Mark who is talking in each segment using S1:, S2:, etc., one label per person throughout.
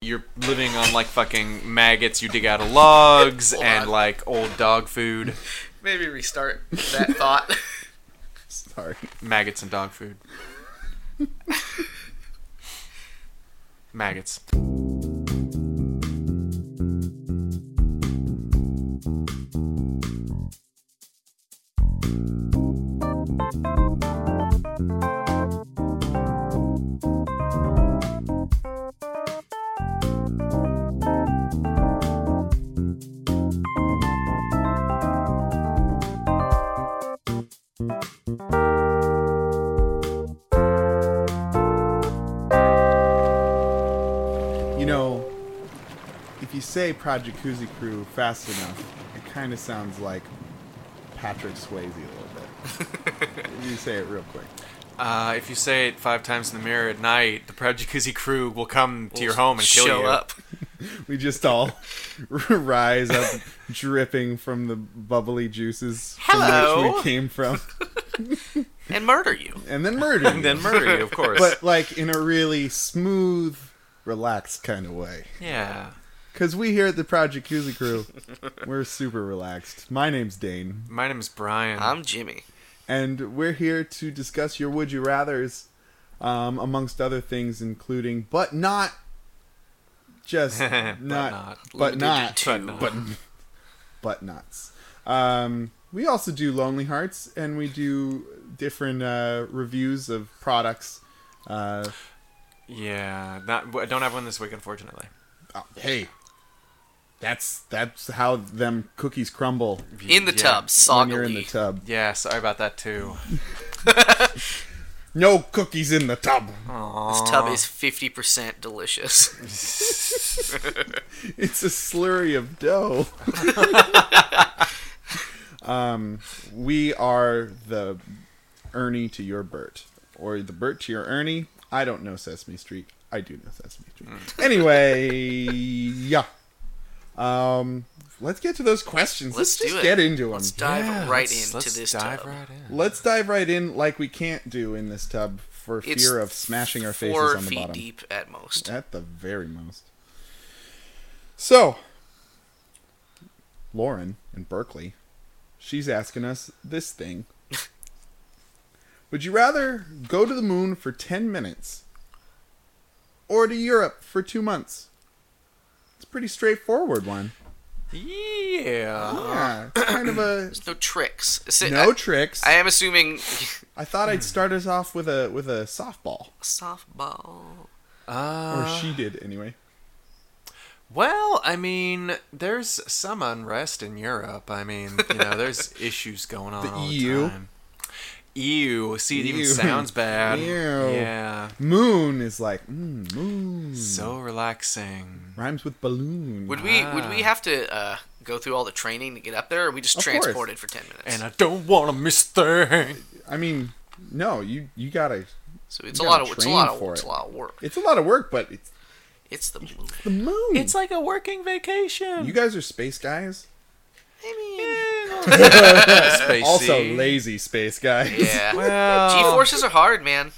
S1: you're living on like fucking maggots you dig out of logs
S2: Hold
S1: and
S2: on.
S1: like old dog food.
S2: Maybe restart that thought.
S3: Sorry.
S1: Maggots and dog food. maggots.
S3: You know, if you say Project Koozie Crew fast enough, it kind of sounds like Patrick Swayze a little bit. If you say it real quick.
S1: Uh, if you say it five times in the mirror at night, the Proud Jacuzzi crew will come to your
S2: We'll
S1: home and kill
S2: show
S1: you.
S2: up.
S3: We just all rise up, dripping from the bubbly juices from which
S2: Hello.
S3: we came from,
S2: and murder you.
S3: and then murder. you.
S1: And then murder you, of course.
S3: but like in a really smooth, relaxed kind of way.
S1: yeah.
S3: Because we here at the Project Jacuzzi Crew, we're super relaxed. My name's Dane,
S1: My name is Brian.
S2: I'm Jimmy.
S3: and we're here to discuss your Would You Rathers, um, amongst other things, including, but not just
S1: But
S3: not,
S1: not.
S3: but
S2: Limited
S3: not,
S2: to-
S1: But not.
S3: but, but nuts. Um, we also do Lonely Hearts, and we do different uh, reviews of products. Uh,
S1: yeah. Not, I don't have one this week, unfortunately.
S3: oh, hey, that's that's how them cookies crumble
S2: In the
S1: Yeah.
S2: tub,
S3: when you're in the
S2: soggily.
S3: tub.
S1: Yeah, sorry about that too.
S3: No cookies in the tub.
S1: Aww.
S2: This tub is 50% delicious.
S3: It's a slurry of dough. um, we are the Ernie to your Bert, or the Bert to your Ernie. I don't know Sesame Street. I do know Sesame
S2: Mm.
S3: Street. anyway, yeah. Um, let's get to those questions.
S2: Let's
S3: Let's,
S2: do
S3: just
S2: it.
S3: get into them.
S2: Let's dive
S1: Yeah,
S2: right
S1: let's-
S2: into
S1: let's
S2: this
S1: dive
S2: tub.
S1: right in.
S3: let's dive right in, like we can't do in this tub, for
S2: It's
S3: fear of smashing our faces
S2: Four
S3: on the
S2: feet
S3: bottom.
S2: deep at most.
S3: At the very most. So, Lauren in Berkeley, she's asking us this thing. Would you rather go to the moon for 10 minutes or to Europe for two months? It's a pretty straightforward one.
S1: Yeah.
S3: Yeah, it's kind of a
S2: There's no tricks. Sit-
S3: no
S2: Uh, I,
S3: tricks.
S2: I Hmm. am assuming
S3: I thought I'd start us off with a with a softball,
S2: softball.
S3: or
S1: Uh,
S3: she did anyway.
S1: well, I mean, there's some unrest in Europe. I mean, you know, there's issues going on
S3: The
S1: all
S3: EU.
S1: the E time. EU. See, it even
S3: EU.
S1: sounds bad.
S3: Ew.
S1: Yeah.
S3: Moon is like mm, moon.
S1: So relaxing.
S3: Rhymes with balloon.
S2: Would we would we have to uh, go through all the training to get up there, or are we just
S3: Ah. Of course.
S2: transported for ten minutes?
S1: And I don't want to miss thing.
S3: I mean, no, you you gotta.
S2: so it's a
S3: you
S2: lot of
S3: gotta
S2: it's a
S3: train
S2: lot of
S3: for
S2: it's a
S3: it.
S2: lot of work.
S3: It's a lot of work, but it's
S2: It's the movie.
S3: the moon.
S1: It's like a working vacation.
S3: you guys are space guys.
S1: Spacey.
S3: Also lazy space guys.
S2: Yeah.
S1: Well,
S2: G forces are hard, man.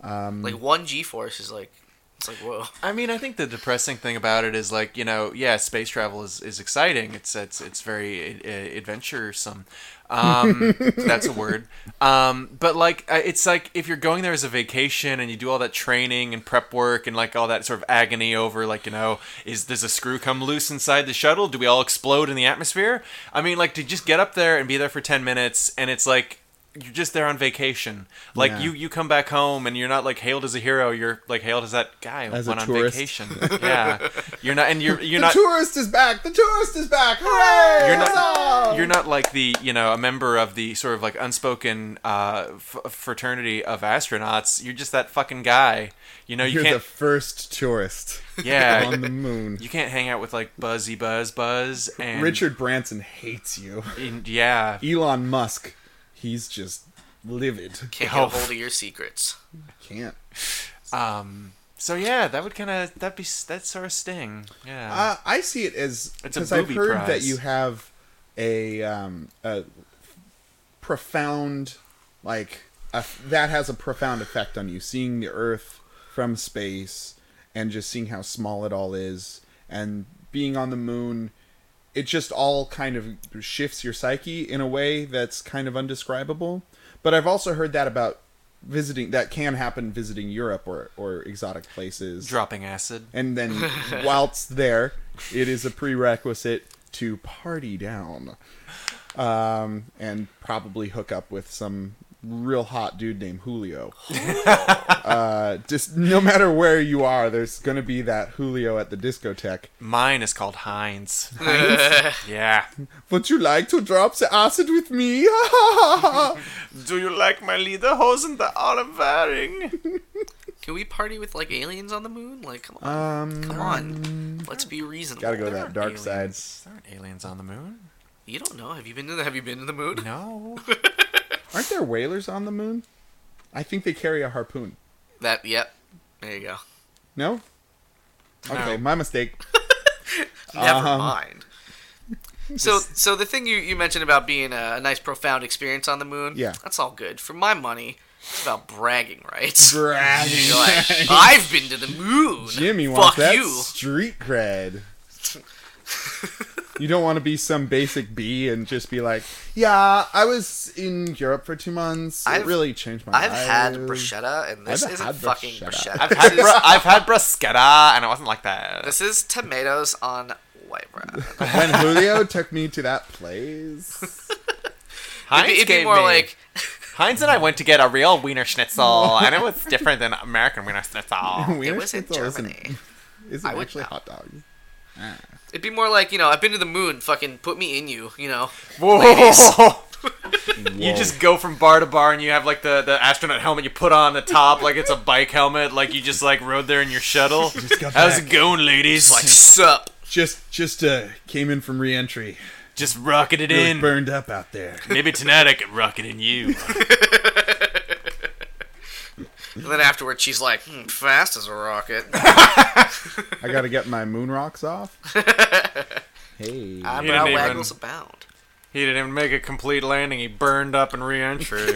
S3: Um,
S2: like one G force is like it's like whoa.
S1: I mean, I think the depressing thing about it is like you know, yeah, space travel is, is exciting. It's it's it's very uh, adventuresome. Um, that's a word. Um, but like, I- it's like if you're going there as a vacation and you do all that training and prep work and like all that sort of agony over like you know, is does a screw come loose inside the shuttle? Do we all explode in the atmosphere? I mean, like to just get up there and be there for ten minutes and it's like. You're just there on vacation. Like
S3: Yeah.
S1: you, you come back home and you're not like hailed as a hero. You're like hailed as that guy
S3: As a
S1: went on
S3: tourist.
S1: vacation. yeah, you're not, and you're you're
S3: The
S1: not.
S3: tourist is back. The tourist is back. Hooray!
S1: You're
S3: What's
S1: not,
S3: up?
S1: you're not like the you know a member of the sort of like unspoken uh, f- fraternity of astronauts. You're just that fucking guy. You know you
S3: You're the
S1: can't
S3: first tourist on
S1: yeah
S3: the moon.
S1: you can't hang out with like Buzzy Buzz Buzz and
S3: Richard Branson hates you.
S1: and- yeah
S3: Elon Musk, he's just livid.
S2: Can't
S1: Oh.
S2: get a hold of your secrets.
S3: Can't.
S1: um so yeah that would kind of that be that sort of sting yeah
S3: Uh, I see it as
S1: It's a
S3: because I've
S1: booby
S3: heard that
S1: prize.
S3: you have a, um, a profound, like a, that has a profound effect on you seeing the Earth from space and just seeing how small it all is and being on the moon it just all kind of shifts your psyche in a way that's kind of undescribable but i've also heard that about visiting that can happen visiting europe or, or exotic places
S1: dropping acid.
S3: and then whilst there, it is a prerequisite to party down, um, and probably hook up with some real hot dude named Julio. uh, just no matter where you are, there's gonna be that Julio at the discotheque.
S1: Mine is called Heinz. yeah.
S3: Would you like to drop the acid with me?
S1: Do you like my lederhosen and the olive wearing?
S2: Can we party with like aliens on the moon? Like, come on,
S3: um,
S2: come on. Let's be reasonable.
S3: gotta go that dark side.
S1: Aliens. There aren't aliens on the moon.
S2: You don't know. Have you been to the Have you been to the moon?
S1: No.
S3: Aren't there whalers on the moon? I think they carry a harpoon.
S2: That. Yep. There you go.
S3: No. Okay,
S1: No.
S3: my mistake.
S2: Never
S3: Um,
S2: mind. So, so the thing you, you mentioned about being a, a nice, profound experience on the moon,
S3: Yeah.
S2: that's all good. For my money, it's about bragging rights.
S3: Bragging.
S2: You're like, I've been to the moon.
S3: Jimmy
S2: Fuck
S3: wants that
S2: you.
S3: street cred. you don't want to be some basic B and just be like, "Yeah, I was in Europe for two months. it
S2: I've-
S3: really changed my
S2: I've
S3: life."
S2: had bruschetta, and this
S3: I've
S2: isn't
S3: had
S2: fucking
S3: bruschetta.
S2: bruschetta.
S1: I've had
S2: This is-
S1: br- I've had bruschetta and it wasn't like that.
S2: This is tomatoes on white bread.
S3: when Julio took me to that place,
S1: Heinz
S2: It'd, be
S1: gave
S2: more
S1: me-
S2: like
S1: Heinz and I went to get a real Wiener Schnitzel, and it was different than American Wiener Schnitzel.
S2: it
S3: Wiener
S2: was in
S3: Schnitzel isn't-
S2: Germany.
S3: Isn't
S2: I would
S3: actually
S2: know.
S3: hot dog.
S2: It'd be more like you know I've been to the moon. Fucking put me in you. You know.
S1: Whoa! You just go from bar to bar, and you have like the, the astronaut helmet you put on the top, like it's a bike helmet, like you just like rode there in your shuttle.
S3: got
S1: How's
S3: back.
S1: it going, ladies?
S2: Like sup.
S3: just just uh, came in from reentry.
S1: just rocketed
S3: Really
S1: in.
S3: burned up out there.
S1: Maybe tonight I could rock it in you.
S2: And then afterwards she's like, hmm, fast as a rocket.
S3: I got to get my moon rocks off. hey,
S1: You
S2: Eyebrow
S1: didn't
S2: waggles
S1: even-
S2: abound.
S1: He didn't even make a complete landing. He burned up in re-entry.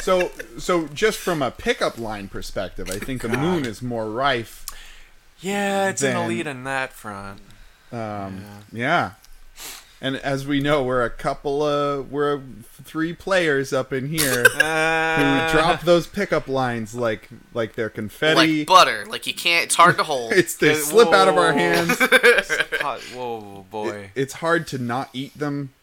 S3: so so just from a pickup line perspective, I think the moon is more rife
S1: yeah, it's in
S3: Then-
S1: the lead in that front.
S3: Um, yeah. And as we know, we're a couple of we're three players up in here
S1: Uh,
S3: who drop those pickup lines like like they're confetti.
S2: Like butter. Like you can't. It's hard to hold.
S3: it's they
S1: Whoa.
S3: slip out of our hands.
S1: Hot- Whoa, boy.
S3: It's hard to not eat them.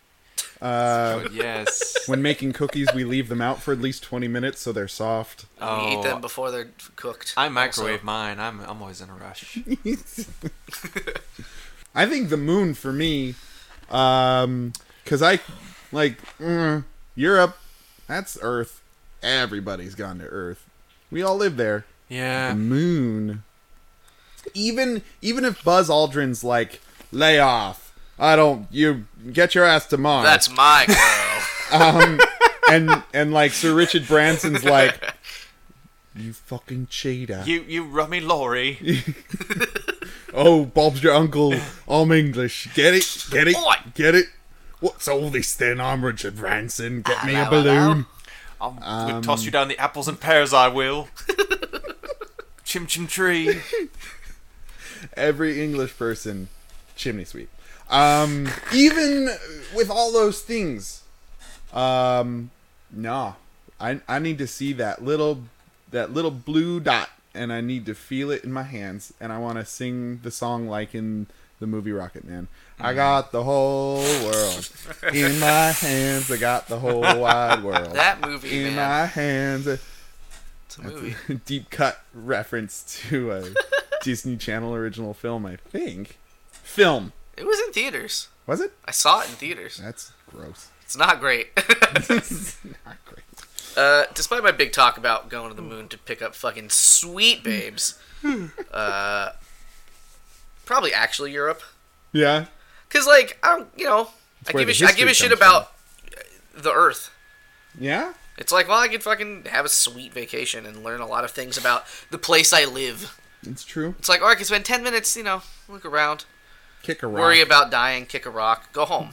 S3: Uh,
S1: yes.
S3: when making cookies, we leave them out for at least twenty minutes so they're soft.
S2: You eat
S1: Oh.
S2: them before they're cooked.
S1: I microwave
S2: also.
S1: mine. I'm I'm always in a rush.
S3: I think the moon for me, um, cause I like mm, Europe. That's Earth. Everybody's gone to Earth. We all live there. The
S1: Yeah.
S3: moon. Even even if Buzz Aldrin's like lay off, I don't. You get your ass to Mars.
S2: That's my girl.
S3: um, and and like Sir Richard Branson's like, you fucking cheater.
S1: You you rummy lorry.
S3: Oh, Bob's your uncle. I'm English. Get it? Get it?
S2: Oi.
S3: Get it? What's all this then? I'm Richard Branson. Get me a
S2: Hello,
S3: balloon.
S1: I'll
S3: Um,
S1: we'll toss you down the apples and pears. I will. chim chim tree.
S3: Every English person, chimney sweep. Um, even with all those things, um, nah. I I need to see that little that little blue dot, and I need to feel it in my hands, and I want to sing the song like in the movie Rocket Man. I got the whole world in my hands. I got the whole wide world.
S2: That movie,
S3: in
S2: man.
S3: my hands.
S2: It's a movie.
S3: Deep cut reference to a Disney Channel original film, I think. Film.
S2: It was in theaters.
S3: Was it?
S2: I saw it in theaters.
S3: That's gross.
S2: It's not great.
S3: Not great.
S2: Uh, despite my big talk about going to the moon to pick up fucking sweet babes, uh, probably actually Europe,
S3: Yeah.
S2: because like I don't, you know, I
S3: where
S2: give a
S3: the
S2: sh- I give a
S3: history
S2: shit
S3: comes
S2: about the Earth.
S3: Yeah?
S2: It's like, well, I could fucking have a sweet vacation and learn a lot of things about the place I live.
S3: It's true.
S2: It's like, or I could spend ten minutes, you know, look around,
S3: Kick a rock.
S2: worry about dying, kick a rock, go home,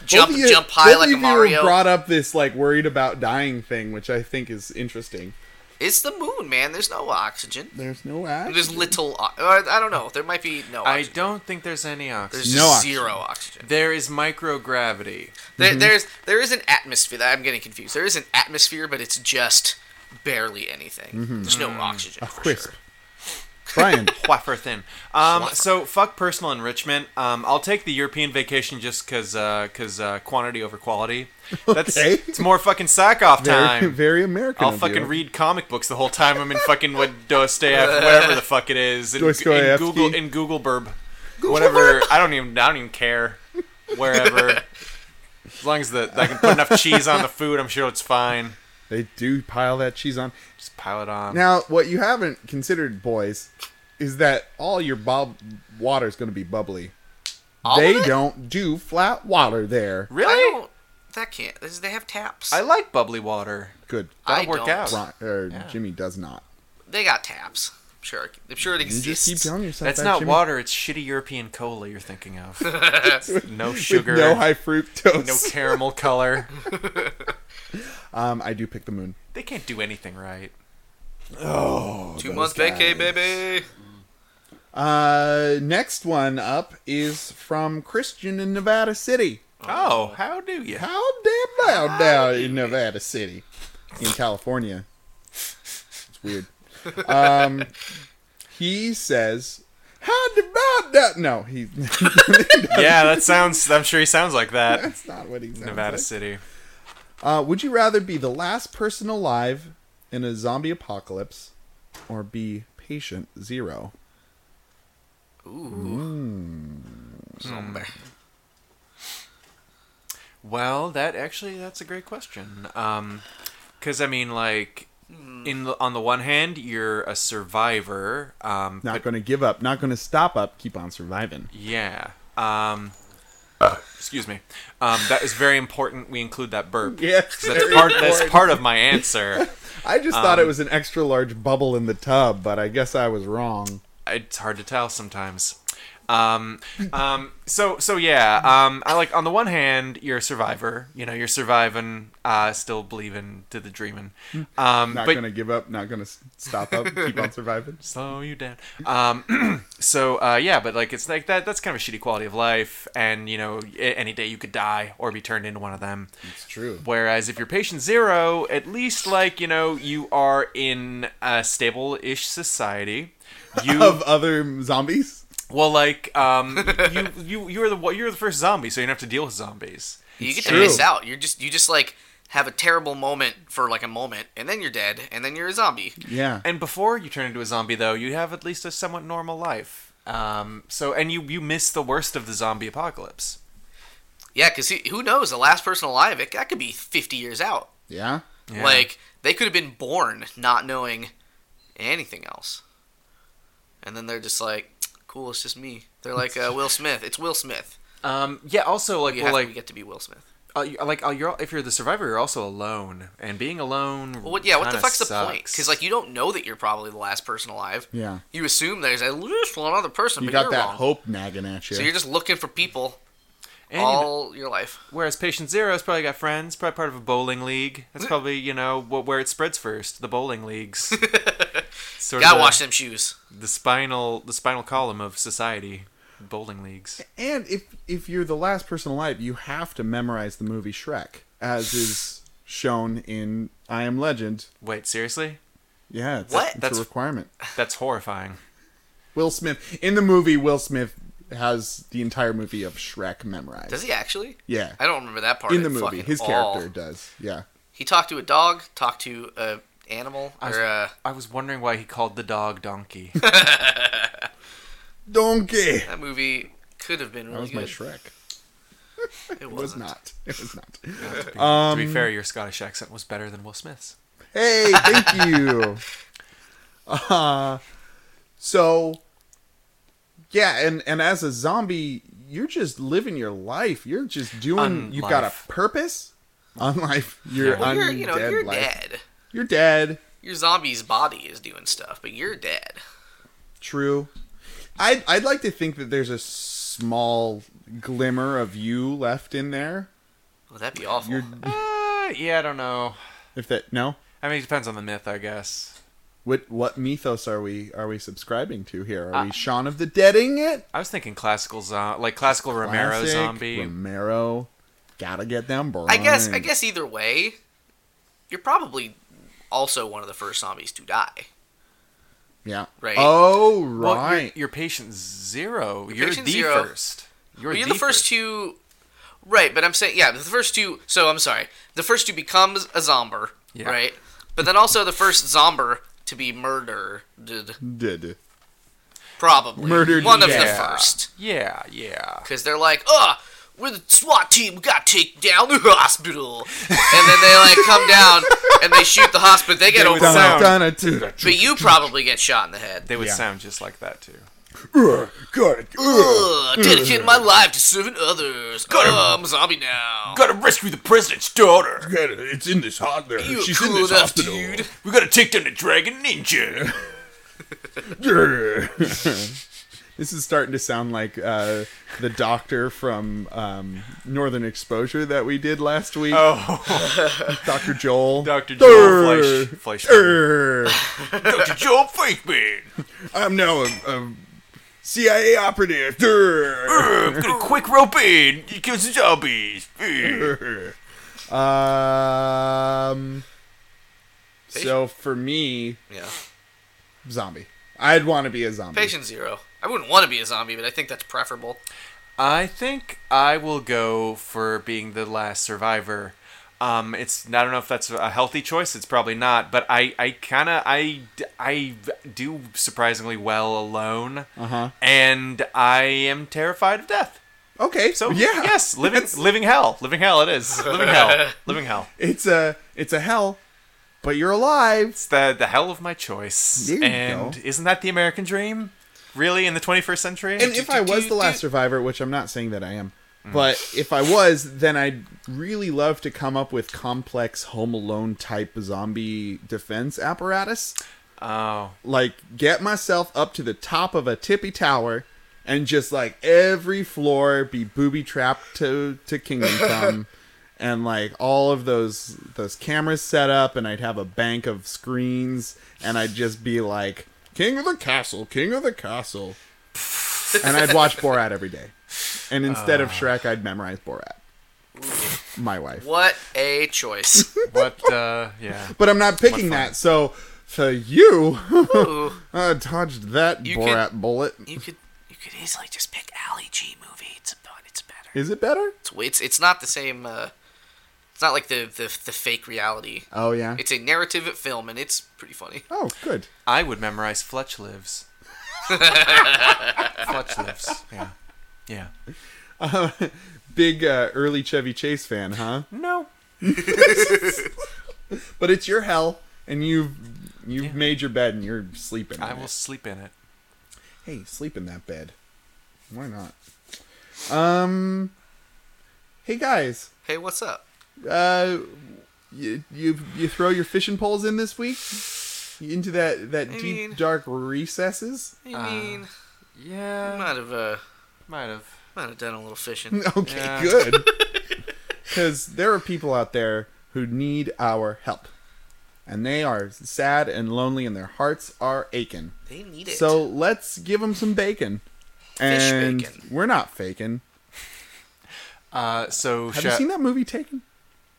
S3: Both
S2: jump,
S3: of you-
S2: jump high
S3: both
S2: like
S3: of
S2: a
S3: you
S2: Mario.
S3: brought up this like worried about dying thing, which I think is interesting.
S2: It's the moon, man. There's no oxygen.
S3: There's no ash.
S2: There's little. o- Or, I don't know. There might be no.
S1: I
S2: Oxygen.
S1: don't think there's any oxygen.
S2: There's just
S3: No oxygen.
S2: zero oxygen.
S1: There is microgravity.
S2: There,
S3: Mm-hmm.
S2: there's there is an atmosphere. I'm getting confused. There is an atmosphere, but it's just barely anything. There's
S1: Mm.
S2: no oxygen.
S3: Mm-hmm. A
S2: for
S3: crisp.
S2: sure.
S3: Brian,
S1: Waffer thin. Um, so fuck personal enrichment. Um, I'll take the European vacation just cause uh, cause uh, quantity over quality. That's
S3: Okay.
S1: it's more fucking sack off
S3: very,
S1: time.
S3: very American.
S1: I'll
S3: of
S1: fucking
S3: you.
S1: read comic books the whole time I'm in fucking what Dostoevsky, wherever the fuck it is, in, in
S3: Dostoevsky.
S1: Google in Google Burb, whatever. I don't even I don't even care. Wherever, as long as the I can put enough cheese on the food, I'm sure it's fine.
S3: They do pile that cheese on.
S1: Just pile it on.
S3: Now, what you haven't considered, boys, is that all your bob water is going to be bubbly.
S2: All
S3: they
S2: of it?
S3: don't do flat water there.
S2: I
S1: really?
S2: don't. That can't. this- They have taps.
S1: I like bubbly water.
S3: Good.
S1: That'll
S2: I
S1: work
S2: don't.
S1: out.
S3: Ron, or Jimmy does not.
S2: they got taps. I'm sure. I'm sure it
S3: You
S2: exists.
S3: just keep telling yourself
S1: That's
S3: that,
S1: not
S3: Jimmy.
S1: water. It's shitty European cola you're thinking of. no sugar.
S3: With no high
S1: no
S3: fructose.
S1: caramel color.
S3: um, I do pick the moon.
S1: They can't do anything right.
S3: Oh,
S2: Two
S3: those
S2: months
S3: guys.
S2: vacay, baby.
S3: Uh, next one up is from Christian in Nevada City.
S1: Oh, how do you?
S3: How damn loud down in Nevada City, in California. It's weird. Um, he says, "How about that?" No, he.
S1: yeah, that sounds. I'm sure he sounds like that.
S3: that's not what he sounds
S1: Nevada
S3: like.
S1: City.
S3: Uh, would you rather be the last person alive in a zombie apocalypse, or be patient zero?
S2: Ooh.
S3: Mm.
S2: Zombie.
S1: Well, that actually that's a great question. Um, because I mean, like,
S3: Hmm.
S1: in the, on the one hand, you're a survivor. Um,
S3: Not
S1: but-
S3: going to give up. Not going to stop up. Keep on surviving.
S1: yeah. Um, excuse me. Um, that is very important. We include that burp.
S3: Yes,
S1: 'Cause that's
S3: very
S1: part. That's
S3: important.
S1: part of my answer.
S3: I just thought
S1: Um,
S3: it was an extra large bubble in the tub, but I guess I was wrong.
S1: it's hard to tell sometimes. Um, um, so so yeah. Um, I like on the one hand, you're a survivor. You know, you're surviving. Uh, still believing to the dreaming. Um,
S3: Not
S1: but
S3: going to give up. Not going to stop up. keep on surviving.
S1: slow you down. Um, so uh, yeah, but like it's like that. That's kind of a shitty quality of life, and you know, a- any day you could die or be turned into one of them.
S3: It's true.
S1: Whereas if you're patient zero, at least like you know, you are in a stable-ish society. You
S3: Of other zombies.
S1: Well, like um, you you you're the you're the first zombie, so you don't have to deal with zombies.
S2: You
S3: It's
S2: get
S3: true.
S2: to miss out. You're just you just like have a terrible moment for like a moment, and then you're dead, and then you're a zombie.
S3: Yeah.
S1: And before you turn into a zombie, though, you have at least a somewhat normal life. Um, so and you you miss the worst of the zombie apocalypse.
S2: Yeah, because who knows? The last person alive, it, that could be 50 years out.
S3: Yeah.
S1: Yeah.
S2: Like they could have been born not knowing anything else, and then they're just like, "Cool, it's just me." They're like uh, Will Smith. It's Will Smith.
S1: um, yeah. Also, like
S2: You
S1: well,
S2: have to
S1: like
S2: get to be Will Smith.
S1: uh, you- like uh, you're if you're the survivor, you're also alone, and being alone.
S2: Well, what, yeah, what the
S1: kinda
S2: fuck's the point?
S1: sucks.
S2: Because like you don't know that you're probably the last person alive.
S3: Yeah.
S2: You assume there's at least one other person,
S3: You
S2: but
S3: got
S2: you're
S3: that
S2: wrong.
S3: hope nagging at you.
S2: So you're just looking for people
S1: And, you know,
S2: all your life.
S1: whereas patient zero has probably got friends, probably part of a bowling league. That's probably you know wh- where it spreads first, the bowling leagues. sort
S2: Gotta
S1: the-
S2: wash them shoes.
S1: the spinal the spinal column of society bowling leagues
S3: and if if you're the last person alive, you have to memorize the movie Shrek, as is shown in I Am Legend.
S1: wait seriously
S3: Yeah. It's,
S2: What?
S3: It's
S1: That's-
S3: a requirement.
S1: that's horrifying
S3: Will Smith in the movie. Will Smith has the entire movie of Shrek memorized.
S2: Does he actually?
S3: Yeah.
S2: I don't remember that part
S3: in the
S2: of it
S3: movie,
S2: fucking
S3: his
S2: all.
S3: character does. Yeah.
S2: He talked to a dog. Talked to a animal
S1: I was,
S2: or uh, a
S1: I was wondering why he called the dog donkey
S3: Donkey.
S2: That movie could have been really
S3: That was
S2: good.
S3: my Shrek.
S2: It
S3: It was
S2: wasn't.
S3: not. It was not.
S1: to be fair your scottish accent was better than will smith's
S3: Hey, thank you. Uh, so yeah, and and as a zombie, you're just living your life. You're just doing. You've got a
S1: Unlife.
S3: purpose. On life, you're
S1: Well,
S2: Well, you're, you know, you're
S3: life.
S2: dead.
S3: You're dead.
S2: Your zombie's body is doing stuff, but you're dead.
S3: True. I'd I'd like to think that there's a small glimmer of you left in there.
S2: Well, that'd be awful.
S3: You're
S1: uh, yeah i don't know
S3: if that no.
S1: I mean, it depends on the myth, I guess.
S3: What what mythos are we are we subscribing to here?
S2: Uh,
S3: Are we Shaun of the Deading it?
S1: I was thinking classical, zo- like classical Romero
S3: Classic
S1: zombie.
S3: Romero. Gotta get them burned.
S2: I guess I guess either way, you're probably also one of the first zombies to die.
S3: Yeah.
S2: Right.
S3: Oh
S1: Well, you're-
S3: right.
S1: you're, patient zero. You're,
S2: patient
S1: the
S2: zero.
S1: first. You're,
S2: Well, You're the first to, right? But I'm saying, yeah, the first two. So I'm sorry, the first to become a zomber,
S1: Yeah.
S2: right? But then also the first zomber to be murdered,
S3: Did.
S2: probably
S3: Murdered,
S2: One of
S3: yeah.
S2: the first,
S1: Yeah, yeah.
S2: because they're like, oh, we're the SWAT team. We got to take down the hospital, and then they like come down and they shoot the hospital. They get
S1: They would
S2: overwhelmed.
S1: sound-
S3: Dun, dun, dun, dun, dun.
S2: But you probably get shot in the head.
S1: They would
S3: Yeah.
S1: sound just like that too.
S3: Got it.
S2: Ugh, dedicated my life to serving others. Ugh, I'm a zombie now.
S1: Gotta rescue the president's daughter.
S3: Got it. It's in this hospital.
S2: You a cool enough dude.
S1: We gotta take down the dragon ninja.
S3: this is starting to sound like uh, the doctor from um, Northern Exposure that we did last week.
S1: Oh,
S3: Dr. Joel.
S1: Dr. Joel
S3: Durr.
S1: Fleisch- Fleischman.
S3: Durr.
S1: Dr. Joel Fleischman.
S3: I'm now a, a CIA operative. Durr.
S1: I'm gonna quick rope in. You kill some zombies. Urgh.
S3: um, so for me,
S2: Yeah.
S3: zombie. I'd want to be a zombie.
S2: Patient zero. I wouldn't want to be a zombie, but I think that's preferable.
S1: I think I will go for being the last survivor. Um, it's I don't know if that's a healthy choice. It's probably not, but I, I kind of I, d- I do surprisingly well alone,
S3: Uh-huh.
S1: and I am terrified of death.
S3: Okay,
S1: So
S3: yeah,
S1: yes, living living hell, living hell. It is living hell, living hell.
S3: it's a it's a hell, but you're alive.
S1: It's the the hell of my choice.
S3: There you
S1: and
S3: go.
S1: isn't that the American dream? Really, in the 21st century?
S3: And if I was the last survivor, which I'm not saying that I am, but if I was, then I'd really love to come up with complex Home Alone type zombie defense apparatus.
S1: oh,
S3: Like, get myself up to the top of a tippy tower and just like every floor be booby trapped to, to Kingdom Come. And like all of those those cameras set up, and I'd have a bank of screens, and I'd just be like, "King of the castle, king of the castle," and I'd watch Borat every day. And instead
S1: Ah.
S3: of Shrek, I'd memorize Borat. My wife.
S2: What a choice.
S1: what? Uh, yeah.
S3: But I'm not picking
S1: What fun.
S3: that, so so you
S2: Ooh,
S3: uh, dodged that
S2: You
S3: Borat bullet.
S2: you could you could easily just pick Ali G movie. It's about it's better.
S3: Is it better?
S2: It's it's, it's not the same. Uh, it's not like the, the the fake reality.
S3: Oh yeah.
S2: It's a narrative film, and it's pretty funny.
S3: oh good.
S1: I would memorize Fletch lives. Fletch lives. Yeah. Yeah.
S3: Big uh, early Chevy Chase fan, huh?
S1: No.
S3: But it's your hell, and you've you've made your bed, and you're sleeping.
S1: I
S3: in
S1: will
S3: it.
S1: sleep in it.
S3: Hey, sleep in that bed. Why not? Um. Hey guys,
S2: Hey, what's up?
S3: uh, you you you throw your fishing poles in this week into that that
S2: I
S3: deep
S2: mean-
S3: dark recesses.
S2: I mean, I
S1: Yeah.
S2: might have uh,
S1: Might have.
S2: might have done a little fishing.
S3: Okay,
S1: Yeah.
S3: good. Because there are people out there who need our help, and they are sad and lonely, and their hearts are aching.
S2: They need it.
S3: So let's give them some bacon. And
S2: bacon.
S3: we're not faking.
S1: Uh, so
S3: Have
S1: sha-
S3: you seen that movie Taken?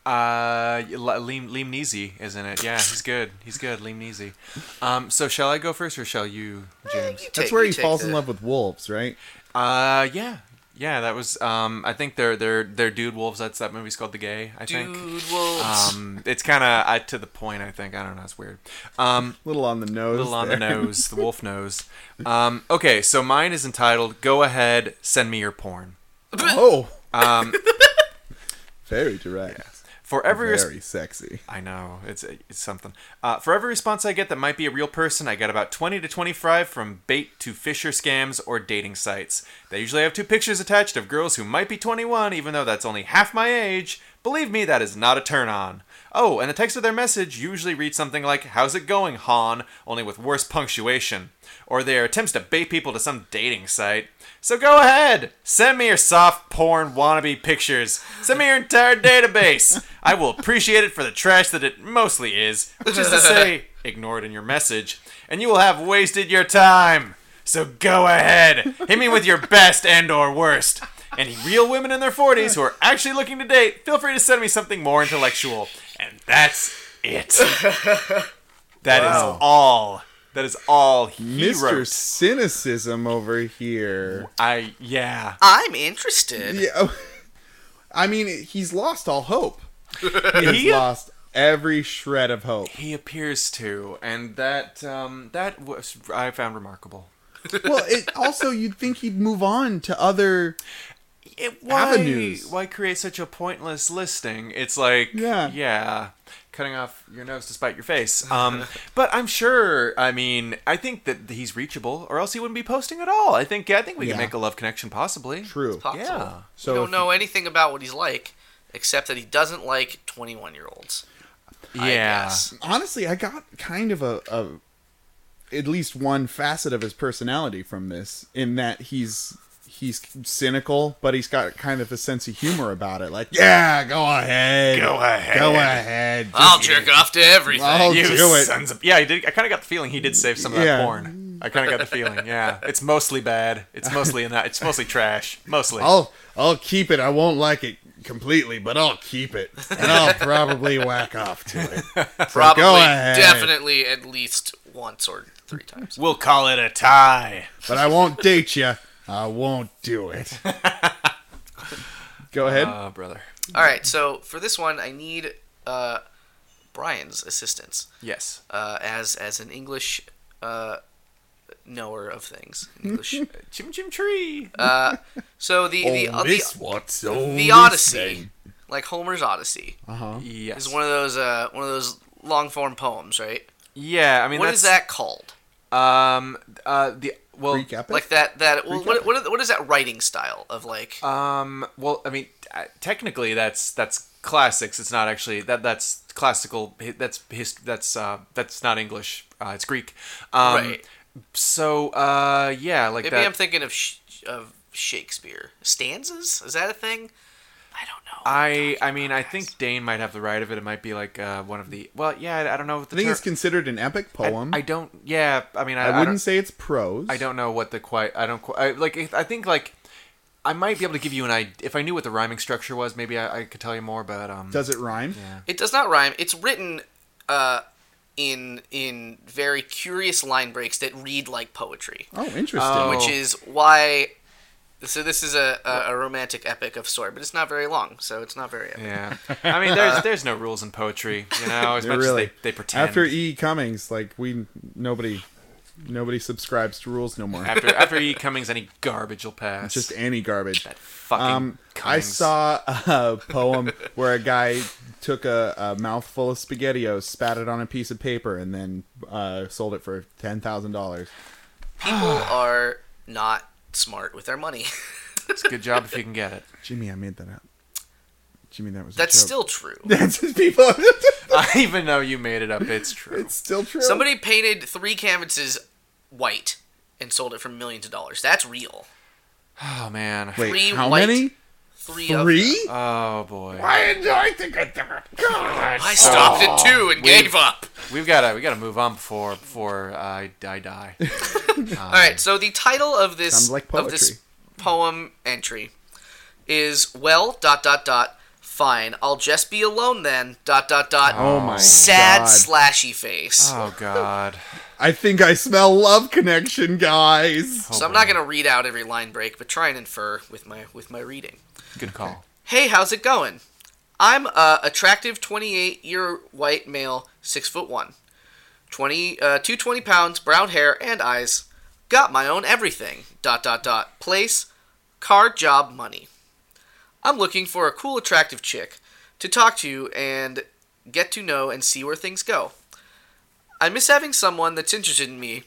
S1: Uh, Li- Liam Liam Neesy is in it. Yeah, he's good. He's good. Liam Neesy. Um, so shall I go first or shall you, James?
S2: You
S3: That's
S2: take-
S3: where
S2: you
S3: he
S2: take
S3: falls
S2: the-
S3: in love with wolves, right?
S1: Uh, yeah, yeah. That was um. I think they're they're they're dude wolves. That's that movie's called The Gay. I think.
S2: Dude,
S3: Uh,
S2: wolves.
S1: Um, it's kind of uh, to the point. I think. I don't know. It's weird. Um,
S3: Little on the nose.
S1: little on the
S3: there.
S1: nose. The wolf nose. Um, okay. So mine is entitled "Go ahead, send me your porn."
S3: Oh,
S1: Um,
S3: very direct.
S1: for every res-
S3: Very sexy.
S1: I know it's it's something. Uh, for every response I get that might be a real person, I get about twenty to twenty-five from bait to fisher scams or dating sites. They usually have two pictures attached of girls who might be twenty-one, even though that's only half my age. Believe me, that is not a turn on. Oh, and the text of their message usually reads something like "How's it going, hon?" only with worse punctuation. or their attempts to bait people to some dating site. So go ahead, send me your soft porn wannabe pictures. Send me your entire database. I will appreciate it for the trash that it mostly is, which is to say, ignore it in your message, and you will have wasted your time. So go ahead, hit me with your best and or worst. Any real women in their 40s who are actually looking to date, feel free to send me something more intellectual. And that's it. That is
S3: Wow.
S1: all. That is all he
S3: Mr.
S1: wrote.
S3: Cynicism over here.
S1: I yeah.
S2: I'm interested.
S3: Yeah. oh, I mean, he's lost all hope. He's
S1: He,
S3: lost every shred of hope.
S1: he appears to, and that um, that was I found remarkable.
S3: Well, it, also you'd think he'd move on to other
S1: It, why
S3: Avenues.
S1: why create such a pointless listing? It's like
S3: Yeah.
S1: yeah, cutting off your nose to spite your face. Um, but I'm sure. I mean, I think that he's reachable, or else he wouldn't be posting at all. I think I think we
S3: Yeah.
S1: can make a love connection possibly.
S3: true.
S2: Possible.
S1: Yeah.
S3: So
S2: we
S3: if-
S2: don't know anything about what he's like, except that he doesn't like 21 year olds. I
S1: Yeah.
S2: guess.
S3: honestly, I got kind of a, a at least one facet of his personality from this, in that he's he's cynical, but he's got kind of a sense of humor about it. Like, yeah, go ahead, go
S1: ahead.
S3: go ahead.
S2: I'll jerk off to everything.
S3: I'll
S1: You
S3: Oh, do it.
S1: sons of yeah, he did. I kind of got the feeling he did save some of
S3: Yeah.
S1: that porn. I kind of got the feeling. Yeah, it's mostly bad. It's mostly in that. It's mostly trash. Mostly.
S3: I'll I'll keep it. I won't like it completely, but I'll keep it, and I'll probably whack off to it. So
S2: Probably,
S3: go ahead.
S2: definitely, at least once or three times.
S1: We'll call it a tie.
S3: but I won't date you. I won't do it. Go ahead.
S1: Oh, brother.
S2: All right, so for this one, I need uh, Brian's assistance
S1: Yes.
S2: uh, as as an English uh, knower of things. An English.
S1: Chim chim tree.
S2: so the
S3: Oh,
S2: the, uh, the,
S3: what's
S2: the Odyssey, like Homer's Odyssey,
S1: yes.
S2: is one of those uh, one of those long form poems, right?
S1: yeah, I mean
S2: What
S1: that's
S2: is that called?
S1: um uh the well
S3: Greek epic?
S2: Like that that well,
S3: Recap
S2: what, what what is that writing style of like?
S1: um well I mean uh, technically that's that's classics. It's not actually that that's classical hi- that's his that's uh that's not English. Uh, it's Greek. Um
S2: Right.
S1: so uh yeah, like
S2: Maybe
S1: that
S2: I'm thinking of sh- of Shakespeare stanzas. Is that a thing? I don't know.
S1: I I mean I think Dane might have the right of it. It might be like uh, one of the well yeah I, I don't know what
S3: I
S1: the
S3: think
S1: ter-
S3: it's considered an epic
S1: I-
S3: poem.
S1: I, don't yeah I mean I,
S3: I
S1: I
S3: wouldn't
S1: don't-
S3: say it's prose.
S1: I don't know what the quite. I don't quite. I, like. if- I think like I might be able to give you an idea if I knew what the rhyming structure was. Maybe I, I could tell you more. But um,
S3: Does it rhyme?
S2: It does not rhyme. It's written uh, in in very curious line breaks that read like poetry,
S3: Oh, interesting.
S1: Oh.
S2: which is why. So this is a, a, a romantic epic of sort, but it's not very long, so it's not very epic.
S1: yeah. I mean, there's there's no rules in poetry. You know, as
S3: They're
S1: much
S3: really
S1: as they, they pretend.
S3: After E. Cummings, like we nobody nobody subscribes to rules no more.
S1: after after E. Cummings, any garbage will pass.
S3: Just any garbage.
S1: fucking.
S3: Um, I
S1: Cummings.
S3: saw a poem where a guy took a, a mouthful of SpaghettiOs, spat it on a piece of paper, and then uh, sold it for ten thousand dollars.
S2: People are not smart with their money.
S1: It's a good job if you can get it.
S3: Jimmy, I made that up. Jimmy, that was a
S2: That's
S3: joke.
S2: still true.
S3: that's people.
S1: I even though you made it up. It's true.
S3: it's still true.
S2: Somebody painted three canvases white and sold it for millions of dollars. That's real.
S1: oh man.
S3: Wait,
S2: Three
S3: how
S2: white-
S3: many?
S2: Three. of them.
S3: Three?
S1: Oh boy.
S3: I enjoy think I God.
S2: I stopped at two and gave up.
S1: We've gotta we gotta move on before before I I die.
S2: All right. So the title of this
S3: Sounds like
S2: of this
S3: poetry.
S2: poem entry is well dot dot dot. Fine, I'll just be alone then. Dot dot dot.
S3: Oh my
S2: Sad
S3: God.
S2: slashy face.
S1: Oh god.
S3: I think I smell love connection, guys.
S2: so I'm not gonna read out every line break, but try and infer with my with my reading.
S1: Good call.
S2: Hey, how's it going? I'm a attractive 28 year white male, six foot one, 20, uh, 220 pounds, brown hair and eyes. Got my own everything. Dot dot dot. Place, car, job, money. I'm looking for a cool, attractive chick to talk to and get to know and see where things go. I miss having someone that's interested in me